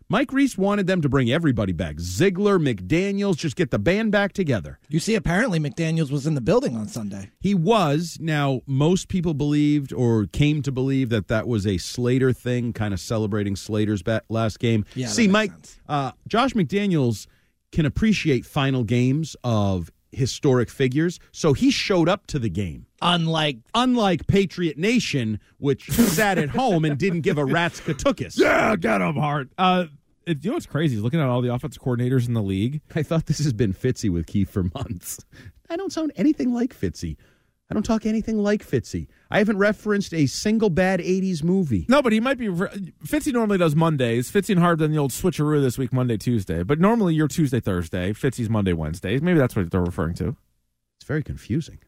E: Mike Reese wanted them to bring everybody back. Ziegler, McDaniels, just get the band back together.
G: You see, apparently McDaniels was in the building on Sunday.
E: He was. Now, most people believed or came to believe that that was a Slater thing, kind of celebrating Slater's ba- last game.
G: Yeah, that
E: See,
G: makes
E: Mike,
G: sense.
E: uh, Josh McDaniels can appreciate final games of historic figures, so he showed up to the game.
G: Unlike
E: Unlike Patriot Nation, which sat at home and didn't give a rat's katukis.
D: Yeah, get him hard. Uh, it, you know what's crazy is looking at all the offensive coordinators in the league.
E: I thought this has been Fitzy with Keith for months. I don't sound anything like Fitzy. I don't talk anything like Fitzy. I haven't referenced a single bad 80s movie.
D: No, but he might be. Fitzy normally does Mondays. Fitzy and Harb done the old switcheroo this week, Monday, Tuesday. But normally you're Tuesday, Thursday. Fitzy's Monday, Wednesday. Maybe that's what they're referring to.
E: It's very confusing.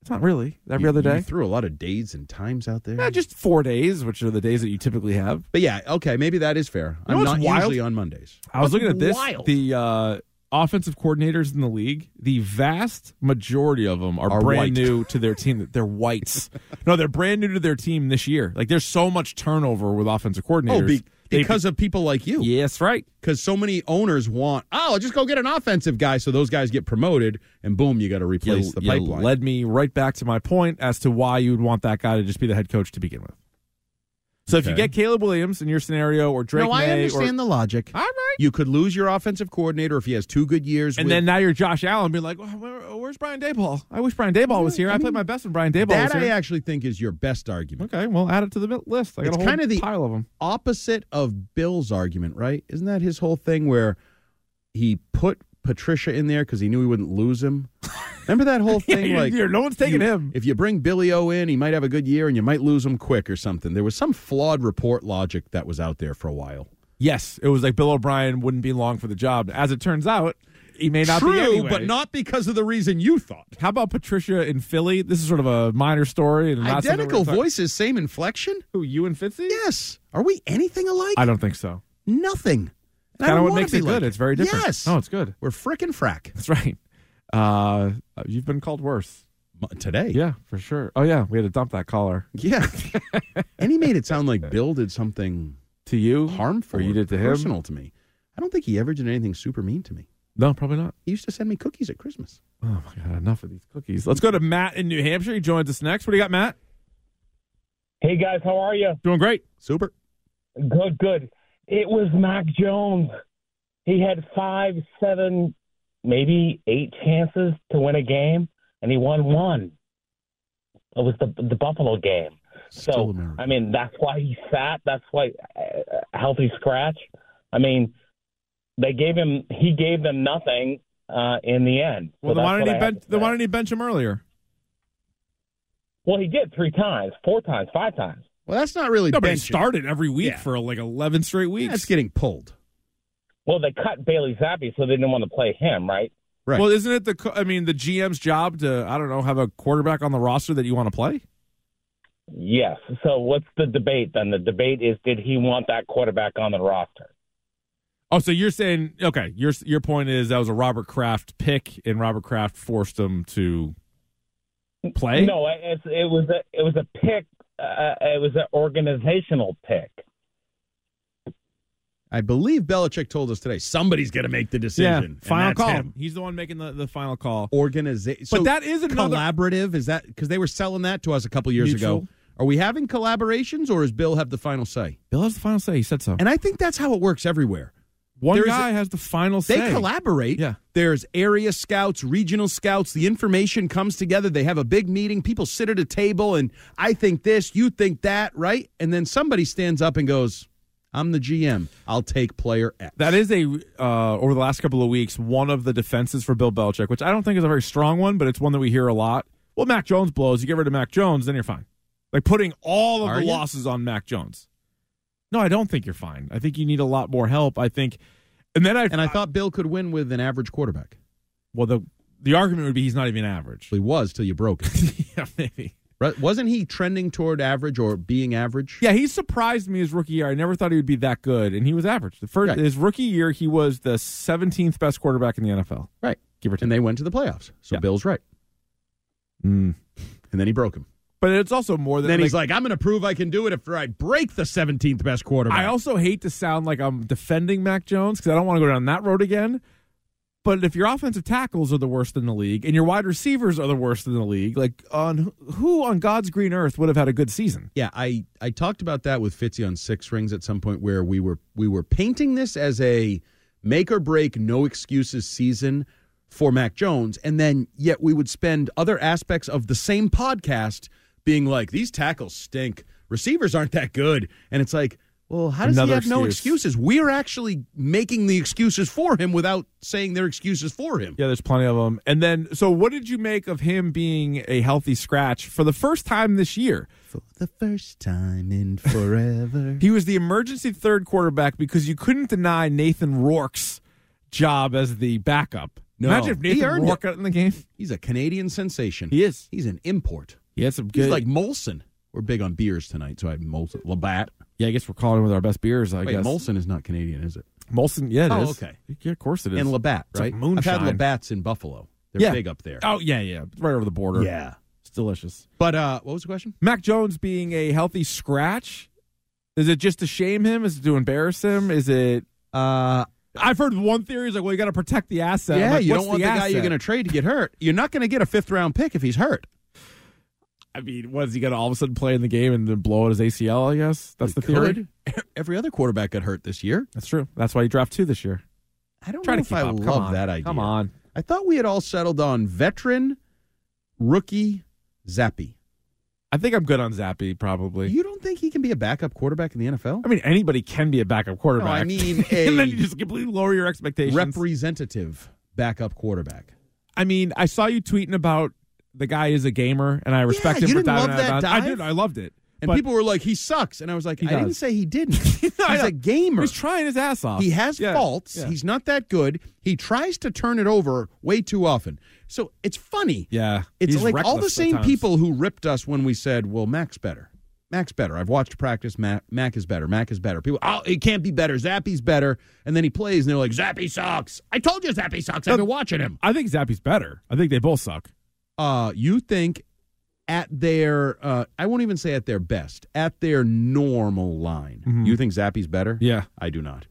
D: It's not really every
E: You-
D: other
E: You
D: day.
E: threw a lot of days and times out there.
D: Yeah, just four days, which are the days that you typically have.
E: but yeah, okay, maybe that is fair.
D: You know
E: I'm
D: what's
E: not
D: wild?
E: usually on Mondays.
D: I was looking at this.
E: wild.
D: The uh, offensive coordinators in the league, the vast majority of them are,
E: Are
D: brand
E: white.
D: new to their team. They're whites. no, they're brand new to their team this year. Like there's so much turnover with offensive coordinators.
E: Oh, be-
D: They-
E: because of people like you.
D: yes, right.
E: Because so many owners want, oh, I'll just go get an offensive guy, so those guys get promoted, and boom, you got to replace
D: You,
E: the
D: you
E: pipeline.
D: led me right back to my point as to why you would want that guy to just be the head coach to begin with. So if you
E: Okay.
D: get Caleb Williams in your scenario, or Drake
E: no, I
D: May,
E: understand the
D: or
E: logic.
D: all right.
E: You could lose your offensive coordinator if he has two good years.
D: And
E: with-
D: then now you're Josh Allen being like, well, where, where's Brian Dayball? I wish Brian Dayball was here. I, played my best when Brian Dayball was
E: that
D: here.
E: I actually think is your best argument.
D: Okay, well, add it to the mi- list. I got
E: It's
D: a whole
E: kinda the-
D: pile of them.
E: opposite of Bill's argument, right? Isn't that his whole thing where he put Patricia in there because he knew he wouldn't lose him? Remember that whole
D: Yeah,
E: thing?
D: you're-
E: like,
D: you're- no one's taking
E: you-
D: him.
E: If you bring Billy O in, he might have a good year, and you might lose him quick or something. There was some flawed report logic that was out there for a while.
D: Yes, it was like Bill O'Brien wouldn't be long for the job. As it turns out, he may not be
E: True,
D: anyway.
E: but not because of the reason you thought.
D: How about Patricia in Philly? This is sort of a minor story. And not something we're
E: Identical
D: gonna talk-
E: voices, same inflection.
D: Who you and Fitzy?
E: Yes. Are we anything alike?
D: I don't think so.
E: Nothing. And I
D: Kind
E: don't
D: of what
E: wanna
D: makes
E: be
D: it
E: like
D: good. It's very different.
E: Yes.
D: No, it's good.
E: We're frickin' frack
D: That's right. Uh, you've been called worse.
E: M- today.
D: Yeah, for sure. Oh yeah, we had to dump that caller
E: Yeah. and he made it sound like Bill did something
D: to you.
E: harmful,
D: Or you did to him?
E: personal to me. I don't think he ever did anything super mean to me.
D: No, probably not.
E: He used to send me cookies at Christmas.
D: Oh my god, enough of these cookies. Let's go to Matt in New Hampshire. He joins us next. What do you got, Matt?
L: Hey guys, how are you?
D: Doing great.
E: Super.
L: Good, good. It was Mac Jones. He had five, seven, maybe eight chances to win a game, and he won one. It was the the Buffalo game.
E: Still
L: So
E: American.
L: I mean, that's why he's fat. That's why uh, healthy scratch. I mean, they gave him. He gave them nothing uh, in the end. So
D: Well,
L: that's
D: then why
L: what
D: didn't
L: I
D: he
L: have
D: bench?
L: to
D: Then
L: say.
D: why didn't he bench him earlier?
L: Well, he did three times, four times, five times.
E: Well, that's not really
D: No, but he
E: benching.
D: started every week
E: Yeah.
D: for like eleven straight weeks.
E: That's getting pulled.
L: Well, they cut Bailey Zappi, so they didn't want to play him, right?
E: Right.
D: Well, isn't it the? co- I mean, the GM's job to I don't know have a quarterback on the roster that you want to play.
L: Yes. So what's the debate then? The debate is did he want that quarterback on the roster?
D: Oh, so you're saying okay? Your your point is that was a Robert Kraft pick, and Robert Kraft forced him to play.
L: No, it's, it was a it was a pick. Uh, it was an organizational pick.
E: I believe Belichick told us today somebody's going to make the
D: yeah,
E: decision. and
D: final
E: that's
D: call.
E: him.
D: He's the one making the, the final call.
E: Organization.
D: but that is another.
E: collaborative is that because they were selling that to us a couple years ago.
D: Mutual.
E: Are we having collaborations or does Bill have the final say?
D: Bill has the final say. He said so.
E: And I think that's how it works everywhere.
D: one
E: there is
D: guy has the final
E: They
D: say.
E: collaborate.
D: Yeah.
E: There's area scouts, regional scouts. The information comes together. They have a big meeting. People sit at a table and I think this, you think that, right? And then somebody stands up and goes, I'm the GM. I'll take player X.
D: That is a uh, over the last couple of weeks one of the defenses for Bill Belichick, which I don't think is a very strong one, but it's one that we hear a lot. Well, Mac Jones blows. You get rid of Mac Jones, then you're fine. Like putting all of
E: Are
D: the
E: you?
D: losses on Mac Jones. No, I don't think you're fine. I think you need a lot more help. I think, and then I
E: And I thought Bill could win with an average quarterback.
D: well the the argument would be he's not even average.
E: He was till you broke it.
D: yeah, maybe.
E: Right? Wasn't he trending toward average or being average?
D: Yeah, he surprised me his rookie year. I never thought he would be that good, and he was average. The first
E: Right.
D: his rookie year, he was the 17th best quarterback in the NFL.
E: Right.
D: Give or take.
E: And they went to the playoffs. So
D: Yeah.
E: Bill's right.
D: Mm.
E: And then he broke him.
D: But it's also more than
E: then
D: like-
E: he's like, I'm going to prove I can do it after I break the 17th best quarterback.
D: I also hate to sound like I'm defending Mac Jones because I don't want to go down that road again. But if your offensive tackles are the worst in the league and your wide receivers are the worst in the league, like on who on God's green earth would have had a good season?
E: yeah, I, I talked about that with Fitzy on Six Rings at some point where we were we were painting this as a make or break, no excuses season for Mac Jones, and then yet we would spend other aspects of the same podcast being like, these tackles stink, receivers aren't that good, and it's like, well, how does
D: Another
E: he have no
D: excuse.
E: excuses? We're actually making the excuses for him without saying they're excuses for him.
D: Yeah, there's plenty of them. And then, so what did you make of him being a healthy scratch for the first time this year?
E: For the first time in forever.
D: He was the emergency third quarterback because you couldn't deny Nathan Rourke's job as the backup.
E: No.
D: Imagine if
E: He
D: Nathan
E: earned
D: Rourke
E: it.
D: got in the game.
E: He's a Canadian sensation.
D: He is.
E: He's an import.
D: He had some
E: He's
D: good.
E: like Molson. We're big on beers tonight, so I have Molson. Labatt.
D: yeah, I guess we're calling him with our best beers. I
E: Wait,
D: guess
E: Molson is not Canadian, is it?
D: Molson, yeah, it
E: Oh,
D: is.
E: okay.
D: Yeah, of course it is.
E: And Labatt,
D: It's
E: right?
D: like moonshine.
E: I've had Labatt's in Buffalo. They're
D: Yeah.
E: big up there.
D: Oh yeah, yeah, It's right over the border.
E: Yeah.
D: it's delicious.
E: But uh, what was the question?
D: Mac Jones being a healthy scratch, is it just to shame him? Is it to embarrass him? Is it?
E: Uh,
D: I've heard one theory is like, well, you got to protect Uh, the asset.
E: yeah, you don't want the, guy you're going to trade to get hurt. You're not going to get a fifth round pick if he's hurt.
D: I mean, what is he going to all of a sudden play in the game and then blow out his ACL? I guess that's the
E: He
D: theory.
E: could. Every other quarterback got hurt this year.
D: That's true. That's why you draft two this year.
E: I don't
D: Try
E: know
D: to
E: if
D: keep
E: I
D: up. Come
E: love
D: on.
E: that idea.
D: Come on.
E: I thought we had all settled on veteran, rookie, Zappy.
D: I think I'm good on Zappy. Probably.
E: You don't think he can be a backup quarterback in the NFL?
D: I mean, anybody can be a backup quarterback.
E: mean
D: and
E: a-
D: then you just completely lower your expectations.
E: Representative backup quarterback.
D: I mean, I saw you tweeting about the guy is a gamer, and I respect
E: Yeah,
D: him
E: you
D: for
E: didn't love
D: diving out
E: that
D: of bounds. I
E: dive?
D: did. I loved it.
E: And
D: But-
E: people were like, he sucks. And I was like,
D: He
E: I didn't
D: does.
E: say he didn't. He's
D: I know.
E: a gamer.
D: He's trying his ass off.
E: He has
D: Yeah,
E: faults.
D: yeah.
E: He's not that good. He tries to turn it over way too often. So it's funny.
D: Yeah,
E: It's
D: he's
E: like all the
D: reckless
E: same
D: sometimes.
E: people who ripped us when we said, well, Mac's better. Mac's better. I've watched practice. Mac, Mac is better. Mac is better. People, oh, it can't be better. Zappy's better. And then he plays, and they're like, Zappy sucks. I told you Zappy sucks. I've been watching him.
D: I think Zappy's better. I think they both suck.
E: Uh, you think at their, uh, I won't even say at their best, at their normal line, you think Zappy's better?
D: Mm-hmm. Yeah.
E: I do not.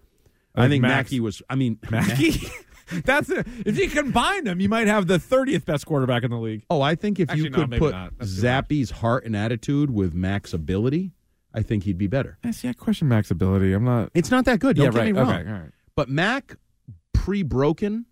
D: I
E: I,
D: think
E: think
D: Max-
E: Mackey was, I mean,
D: Mackey. That's it. If you combine them, you might have the thirtieth best quarterback in the league.
E: Oh, I think if
D: Actually,
E: you
D: no,
E: could
D: maybe
E: put
D: not. That's too
E: Zappy's heart and attitude with Mac's ability, I think he'd be better.
D: I see. I question Mac's ability. I'm not.
E: It's not that good. Don't
D: yeah.
E: get
D: Right.
E: me wrong.
D: Okay. All right.
E: But Mac, pre broken,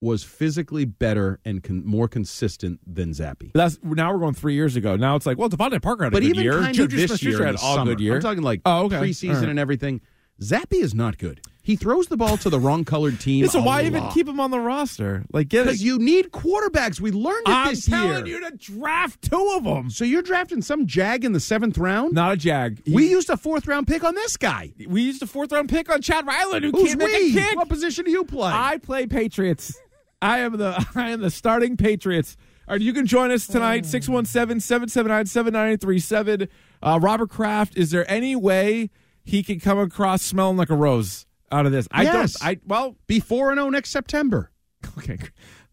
E: was physically better and con- more consistent than Zappy.
D: But that's now we're going three years ago. Now it's like, well, Devontae Parker had a
E: But
D: good
E: even
D: year.
E: kind of
D: Juju
E: this
D: Smith-Schuster
E: year, in
D: had
E: the
D: all
E: summer.
D: good year.
E: I'm talking like
D: oh, okay.
E: preseason
D: All right.
E: and everything. Zappy is not good. He throws the ball to the wrong colored team.
D: Yeah, so why
E: a
D: even
E: lot.
D: keep him on the roster? Like, get it.
E: Because you need quarterbacks. We learned it
D: I'm
E: this
D: telling
E: year.
D: you to draft two of them.
E: So you're drafting some jag in the seventh round.
D: Not a jag.
E: we used a fourth round pick on this guy.
D: we used a fourth round pick on Chad Ryland, who
E: Who's
D: can't
E: we?
D: make a kick.
E: What position do you play?
D: I play Patriots. I am the I am the starting Patriots. All right, you can join us
E: Oh.
D: tonight, 617-779-7937. Uh, Robert Kraft, is there any way he can come across smelling like a rose out of this? I
E: Yes.
D: don't I well,
E: be four and zero next September.
D: okay.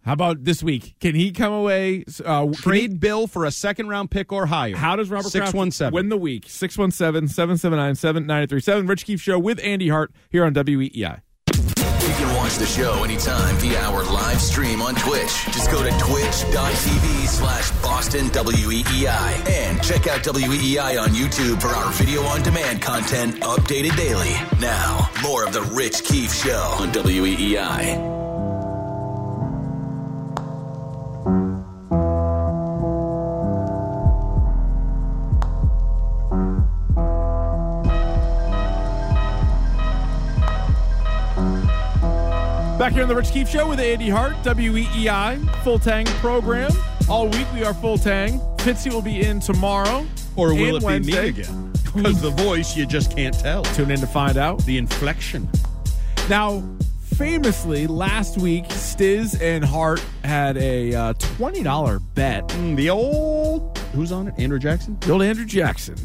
D: How about this week? Can he come away uh can
E: Trade Bill for a second round pick or higher.
D: he- how does Robert
E: six
D: Kraft
E: one seven
D: win the week? 617-779-7937. Rich Keefe Show with Andy Hart here on E WEEI.
A: You can watch the show anytime via our live stream on Twitch. Just go to twitch.tv slash Boston WEEI and check out WEEI on YouTube for our video on demand content updated daily. Now, more of The Rich Keefe Show on E WEEI.
D: Back here on the Rich Keefe Show with Andy Hart, WEEI, Full Tang program. All week we are Full Tang. Fitzy will be in tomorrow.
E: or
D: and
E: will it
D: Wednesday.
E: be me again? Because the voice you just can't tell.
D: Tune in to find out.
E: The inflection.
D: Now, famously, last week, Stiz and Hart had a uh, $20 bet.
E: Mm, the old who's on it? Andrew Jackson.
D: The old Andrew Jackson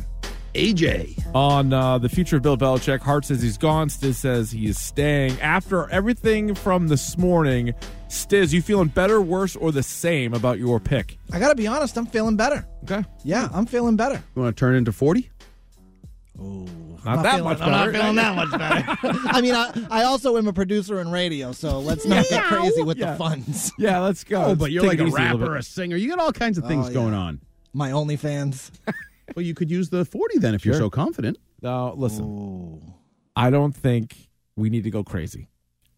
E: AJ.
D: on uh, the future of Bill Belichick. Hart says he's gone. Stiz says he is staying. After everything from this morning, Stiz, you feeling better, worse, or the same about your pick?
G: I got to be honest, I'm feeling better.
D: Okay.
G: Yeah, I'm feeling better.
E: You want to turn into forty?
D: Not, that
G: I'm feeling-
D: much better.
G: I'm not feeling that much better. I mean, I, I also am a producer in radio, so let's not get crazy with
D: Yeah.
G: the funds.
D: Yeah, let's go.
E: Oh,
D: Let's
E: but you're like
D: take it
E: a
D: easy little
E: rapper, a
D: bit.
E: singer. You got all kinds of things
G: yeah.
E: going on.
G: My OnlyFans.
E: Well, you could use the forty then if you're so confident.
D: No, listen. I don't think we need to go crazy.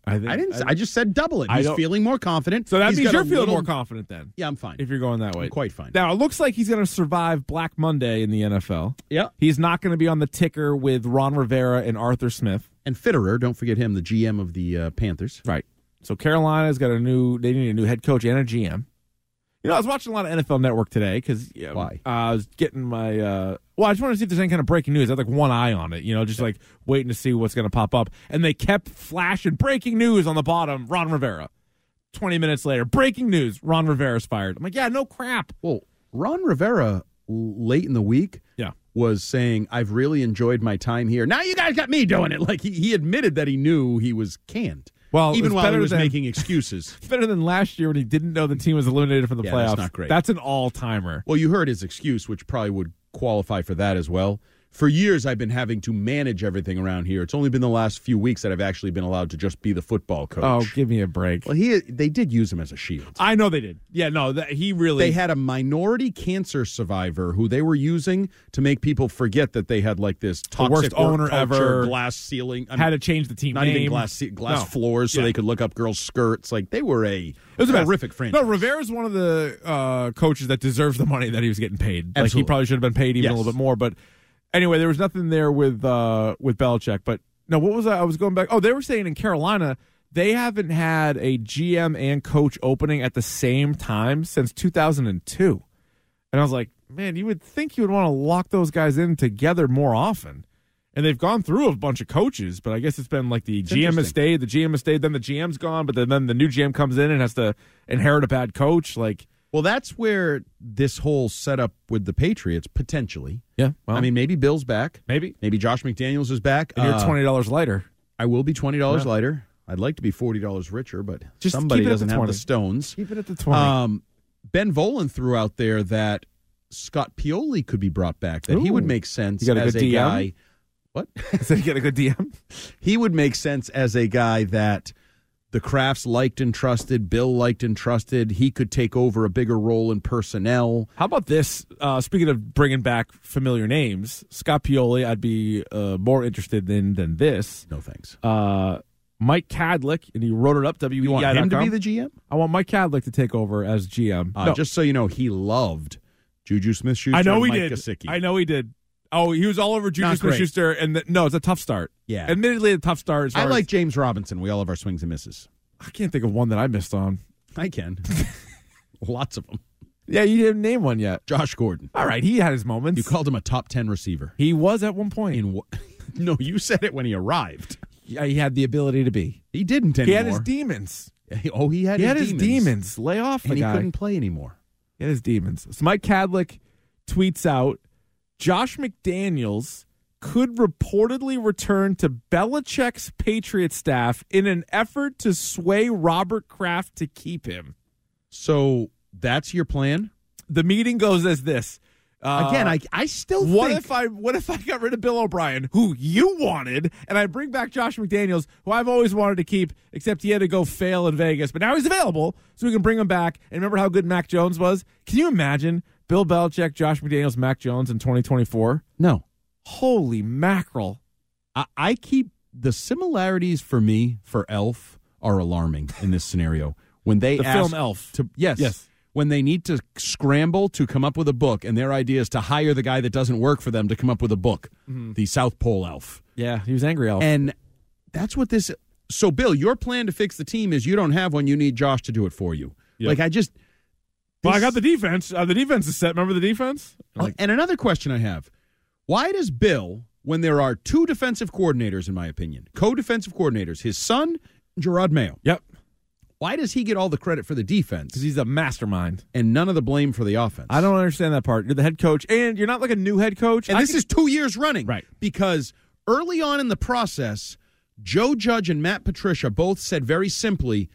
D: I, think,
E: I didn't. I, just said double it.
D: I
E: He's
D: don't-
E: feeling more confident.
D: so that
E: He's
D: means
E: got a
D: you're feeling
E: little-
D: more confident then,
E: Yeah, I'm fine.
D: if you're going that way.
E: Quite fine.
D: Now it looks like he's going to survive Black Monday in the NFL.
E: yeah.
D: He's not going to be on the ticker with Ron Rivera and Arthur Smith.
E: And Fitterer, don't forget him, the GM of the uh, Panthers.
D: Right. So Carolina's got a new. They need a new head coach and a GM. You know, I was watching a lot of NFL Network today because
E: Why?
D: I was getting my. Uh, well, I just wanted to see if there's any kind of breaking news. I had like one eye on it, you know, just like waiting to see what's going to pop up. And they kept flashing breaking news on the bottom. Ron Rivera. Twenty minutes later, breaking news: Ron Rivera's fired. I'm like, yeah, no crap.
E: Well, Ron Rivera l- late in the week
D: Yeah.
E: was saying, I've really enjoyed my time here. Now you guys got me doing it. Like he, he admitted that he knew he was canned.
D: Well,
E: even
D: it's
E: while he
D: better
E: was
D: than-
E: making excuses.
D: Better than last year when he didn't know the team was eliminated from the
E: Yeah,
D: playoffs.
E: that's not great.
D: That's an all timer.
E: well, you heard his excuse, which probably would qualify for that as well. For years, I've been having to manage everything around here. It's only been the last few weeks that I've actually been allowed to just be the football coach.
D: Oh, give me a break.
E: well, he they did use him as a shield.
D: I know they did. Yeah, no, that, he really.
E: They had a minority cancer survivor who they were using to make people forget that they had like this toxic
D: worst
E: work
D: owner
E: culture,
D: ever.
E: glass ceiling. I mean,
D: had to change the team
E: not
D: name.
E: even glass ce- glass
D: No.
E: floors so
D: Yeah.
E: they could look up girls' skirts. Like they were a
D: It was a
E: horrific franchise.
D: No, Rivera's one of the uh, coaches that deserves the money that he was getting paid. Like he
E: Absolutely.
D: probably should have been paid even a
E: Yes.
D: little bit more. But anyway, there was nothing there with uh, with Belichick. But no, what was I? I was going back. Oh, they were saying in Carolina They haven't had a GM and coach opening at the same time since 2002. And I was like, man, you would think you would want to lock those guys in together more often. And they've gone through a bunch of coaches, but I guess it's been like the GM has
E: interesting.
D: stayed, the GM has stayed, then the GM's gone, but then, then the new GM comes in and has to inherit a bad coach. Like,
E: Well, that's where this whole setup with the Patriots potentially.
D: yeah, well,
E: I mean, maybe Bill's back.
D: maybe.
E: Maybe Josh McDaniels is back.
D: And you're
E: Uh,
D: twenty dollars lighter.
E: I will be twenty dollars
D: Yeah.
E: lighter. I'd like to be forty dollars richer, but
D: Just
E: somebody
D: keep it at
E: doesn't
D: the
E: have
D: 20.
E: the stones.
D: Keep it at the twenty.
E: Um, ben Volen threw out there that Scott Pioli could be brought back. That he
D: Ooh.
E: would make sense
D: You got a
E: as
D: good
E: a
D: DM?
E: guy. What?
D: so you get a good DM.
E: he would make sense as a guy that the crafts liked and trusted. Bill liked and trusted. He could take over a bigger role in personnel.
D: How about this? Uh, speaking of bringing back familiar names, Scott Pioli, I'd be uh, more interested in than this.
E: No thanks.
D: Uh, Mike Cadlick, and he wrote it up. E WEI.
E: You want him to be the GM?
D: I want Mike Cadlick to take over as GM.
E: Uh,
D: No,
E: Just so you know, he loved Juju Smith-Schuster.
D: I know
E: and
D: he
E: Mike
D: did.
E: Gesicki.
D: I know he did. Oh, he was all over Juju
E: Not great.
D: Smith-Schuster, and the, no, it's a tough start.
E: Yeah.
D: admittedly, a tough start. As
E: I
D: far
E: like James Robinson. We all have our swings and misses.
D: As, I can't think of one that I missed on.
E: I can. Lots of them.
D: Yeah, you didn't name one yet.
E: Josh Gordon.
D: All right, he had his moments.
E: You called him a top 10 receiver.
D: he was at one point.
E: In what? No, you said it when he arrived.
D: Yeah, he had the ability to be.
E: He didn't anymore.
D: He had his demons.
E: oh, he had
D: he
E: his
D: had his
E: demons.
D: demons. Lay off the
E: And he
D: guy.
E: couldn't play anymore.
D: He had his demons. So Mike Cadlick tweets out Josh McDaniels could reportedly return to Belichick's Patriot staff in an effort to sway Robert Kraft to keep him.
E: So that's your plan?
D: The meeting goes as this. Uh,
E: Again, I, I still
D: What
E: think
D: if I what if I got rid of Bill O'Brien, who you wanted, and I bring back Josh McDaniels, who I've always wanted to keep, except he had to go fail in Vegas, but now he's available, so we can bring him back. And remember how good Mac Jones was? Can you imagine Bill Belichick, Josh McDaniels, Mac Jones in 2024?
E: No.
D: Holy mackerel!
E: I, I keep the similarities for me for Elf are alarming in this scenario. When they
D: The
E: ask
D: film Elf.
E: to yes,
D: Yes.
E: when they need to scramble to come up with a book, and their idea is to hire the guy that doesn't work for them to come up with a book,
D: Mm-hmm.
E: the South Pole Elf,
D: Yeah, he was angry. Elf.
E: and that's what this. So, Bill, your plan to fix the team is you don't have one; you need Josh to do it for you.
D: Yeah.
E: Like I just
D: well, I got the defense. Uh, the defense is set. Remember the defense? Like,
E: oh, and another question I have why does Bill, when there are two defensive coordinators, in my opinion, co defensive coordinators, his son, Gerard Mayo,
D: yep,
E: why does he get all the credit for the
D: because
E: defense
D: he's a mastermind.
E: and none of the blame for the offense?
D: I don't understand that part. You're the head coach, and you're not like a new head coach.
E: And
D: I
E: this
D: could-
E: is two years running.
D: Right.
E: Because early on in the process, Joe Judge and Matt Patricia both said very simply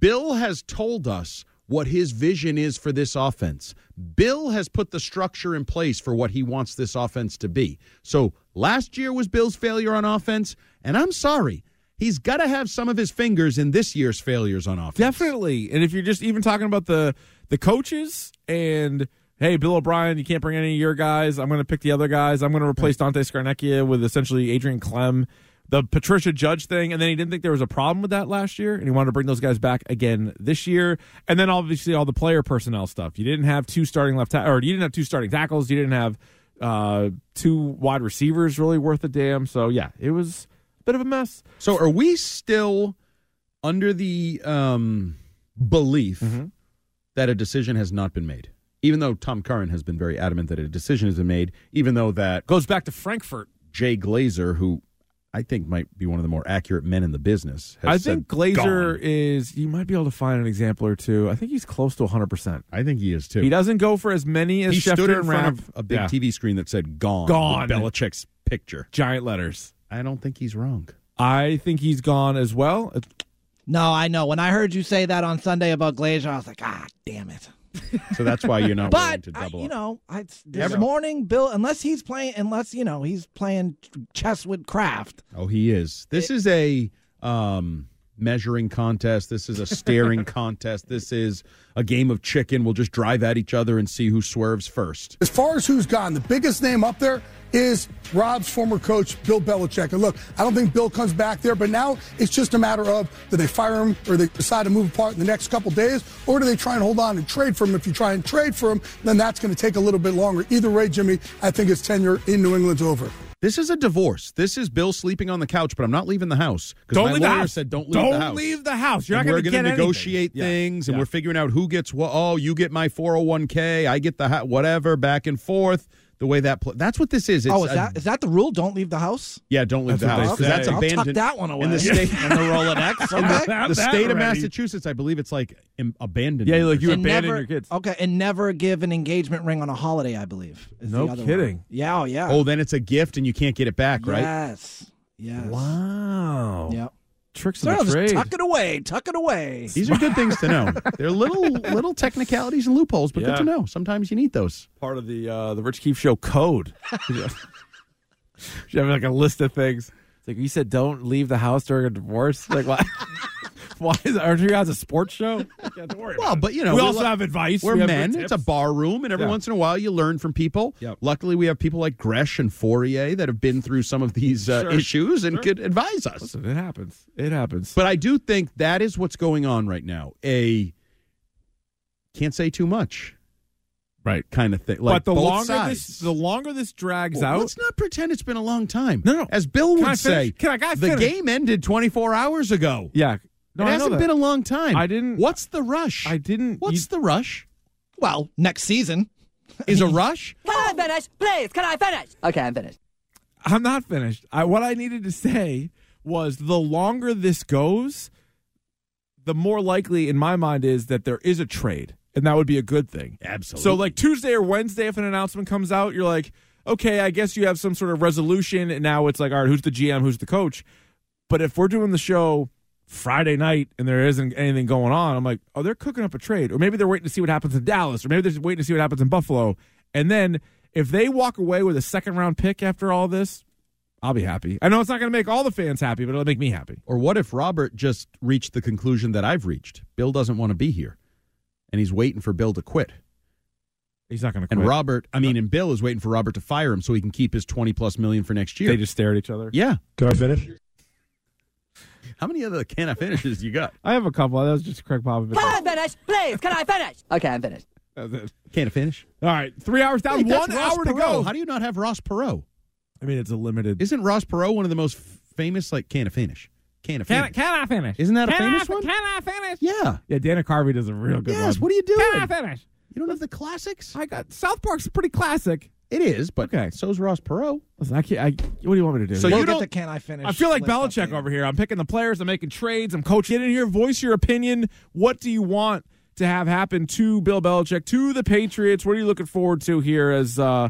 E: Bill has told us what his vision is for this offense. Bill has put the structure in place for what he wants this offense to be. So last year was Bill's failure on offense, and I'm sorry. He's got to have some of his fingers in this year's failures on offense.
D: Definitely. And if you're just even talking about the the coaches and hey, Bill O'Brien, you can't bring any of your guys. I'm going to pick the other guys. I'm going to replace Dante Scarnecchia with essentially Adrian Clem. The Patricia Judge thing, and then he didn't think there was a problem with that last year, and he wanted to bring those guys back again this year. And then obviously all the player personnel stuff. You didn't have two starting left, ta- or you didn't have two starting tackles. You didn't have uh, two wide receivers really worth a damn. So yeah, it was a bit of a mess.
E: So are we still under the um, belief that a decision has not been made? Even though Tom Curran has been very adamant that a decision has been made, even though that
D: Goes back to Frankfurt.
E: Jay Glazer, who I think might be one of the more accurate men in the business, has
D: I
E: said
D: think Glazer
E: gone.
D: is. You might be able to find an example or two. I think he's close to 100. percent
E: I think he is too.
D: He doesn't go for as many as
E: He
D: Schefter
E: stood in
D: and
E: front
D: Rapp.
E: of a big
D: Yeah.
E: TV screen that said "Gone," with
D: Gone.
E: Belichick's picture.
D: giant letters.
E: I don't think he's wrong.
D: I think he's gone as well. It's-
G: No, I know. When I heard you say that on Sunday about Glazer, I was like, ah, damn it.
E: So that's why you're not willing
G: But
E: to
G: I,
E: double
G: you
E: up.
G: know, I, this
E: Every-
G: morning, Bill, unless he's playing, unless you know he's playing chess with Kraft.
E: Oh, he is. This is a um, measuring contest. This is a staring contest. This is a game of chicken. We'll just drive at each other and see who swerves first.
M: As far as who's gone, the biggest name up there is Rob's former coach, Bill Belichick. And look, I don't think Bill comes back there, but now it's just a matter of do they fire him or they decide to move apart in the next couple days, or do they try and hold on and trade for him? If you try and trade for him, then that's going to take a little bit longer. Either way, Jimmy, I think his tenure in New England's over.
E: This is a divorce. This is Bill sleeping on the couch, but I'm not leaving the house because
D: Don't
E: my
D: leave the
E: lawyer
D: house.
E: said don't leave
D: Don't
E: the house.
D: leave the house. You're
E: And
D: not
E: we're
D: gonna
E: gonna
D: get anything.
E: negotiate
D: Yeah.
E: things, and
D: Yeah.
E: we're figuring out who gets what. Oh, you get my 401k, I get the ha- whatever, back and forth. The way that pl- that's what this is. It's
G: oh, is
E: a-
G: that is that the rule? Don't leave the house.
E: yeah, don't leave
G: That's
E: the
G: what
E: house.
G: they
E: 'cause That's
G: say. I'll tuck
E: abandoned.
G: that one away.
E: In the state
G: And the Rolodex,
E: in
G: okay.
E: the,
G: Have
E: the
G: that
E: state of
G: ready.
E: Massachusetts, I believe it's like im- abandoned.
D: Yeah, like you
E: And
D: abandon
E: never-
D: your kids.
G: Okay, and never give an engagement ring on a holiday. I believe. is the
E: No
G: other
E: kidding.
G: One. Yeah, oh yeah.
E: Oh, then it's a gift and you can't get it back, right?
G: Yes. Yes.
D: Wow.
G: Yep.
D: Tricks
G: So just tuck it away. Tuck it away.
E: These are good things to know. They're little little technicalities and loopholes, but
D: Yeah.
E: good to know. Sometimes you need those.
D: Part of the uh, the Rich Keefe Show code. you have like a list of things. It's like you said, don't leave the house during a divorce. Like why? why is, aren't you guys a sports show?
E: Well, but you know,
D: We
E: we're
D: also
E: lu-
D: have advice.
E: We're
D: We have
E: men.
D: tips.
E: It's a bar room, and every
D: Yeah.
E: once in a while, you learn from people. Luckily, we have people like Gresh and Fourier that have been through some of these uh,
D: Sure.
E: issues and
D: Sure.
E: could advise us.
D: Listen, it happens. It happens.
E: But I do think that is what's going on right now. A can't say too much, right? Kind of thing. Like
D: but the
E: both
D: longer
E: sides.
D: this the longer this drags
E: Well,
D: out,
E: Let's not pretend it's been a long time.
D: No, no.
E: As Bill
D: Can I
E: would
D: finish?
E: say,
D: Can I- can I
E: the
D: finish?
E: game ended 24 hours ago.
D: yeah,
E: it
D: I know
E: hasn't
D: that.
E: been a long time.
D: I didn't.
E: What's the rush?
D: I didn't.
E: What's the rush?
G: Well, next season.
E: Is a rush?
N: Can I finish? Please, can I finish? Okay, I'm finished.
D: I'm not finished. I, what I needed to say was the longer this goes, the more likely, in my mind, is that there is a trade, and that would be a good thing.
E: Absolutely.
D: So, like Tuesday or Wednesday, if an announcement comes out, you're like, okay, I guess you have some sort of resolution, and now it's like, all right, who's the GM, who's the coach? But if we're doing the show Friday night and there isn't anything going on, I'm like, oh, they're cooking up a trade. Or maybe they're waiting to see what happens in Dallas, or maybe they're waiting to see what happens in Buffalo. And then if they walk away with a second round pick after all this, I'll be happy. I know it's not going to make all the fans happy, but it'll make me happy.
E: Or what if Robert just reached the conclusion that I've reached? Bill doesn't want to be here, and he's waiting for Bill to quit.
D: He's not going to quit.
E: And Robert, I mean, and Bill is waiting for Robert to fire him so he can keep his 20 plus million for next year.
D: they just stare at each other.
E: yeah.
O: Can I finish?
E: How many other can I finishes you got?
D: I have a couple. That was just Craig Popovich.
N: Can I finish? Please, can I finish? Okay, I'm finished.
D: That's it.
E: Can I finish?
D: All right, three hours down,
E: Wait, that's
D: one
E: Ross
D: hour to
E: Perot.
D: go.
E: How do you not have Ross Perot?
D: I mean, it's a limited.
E: Isn't Ross Perot one of the most f- famous, like, can of finish? Can of finish.
D: I finish?
E: Isn't that a famous one?
D: Can I finish?
E: Yeah.
D: Yeah, Dana Carvey does a real good
E: Yes,
D: one.
E: what are you doing?
D: Can I finish?
E: You don't have the classics?
D: I got South Park's pretty classic.
E: It is, but so's Ross Perot.
D: Listen, I can't. I, what do you want me to do?
E: So
G: we'll
E: you
G: get
E: don't-
G: the can I finish?
D: I feel like
G: list up
D: Belichick
G: later.
D: over here. I'm picking the players. I'm making trades. I'm coaching. Get in here, voice your opinion. What do you want to have happen to Bill Belichick, to the Patriots? What are you looking forward to here? As uh,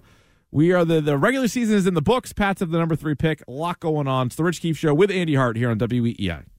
D: we are the the regular season is in the books. Pats have the number three pick. A lot going on. E It's the Rich Keefe Show with Andy Hart here on WEEI.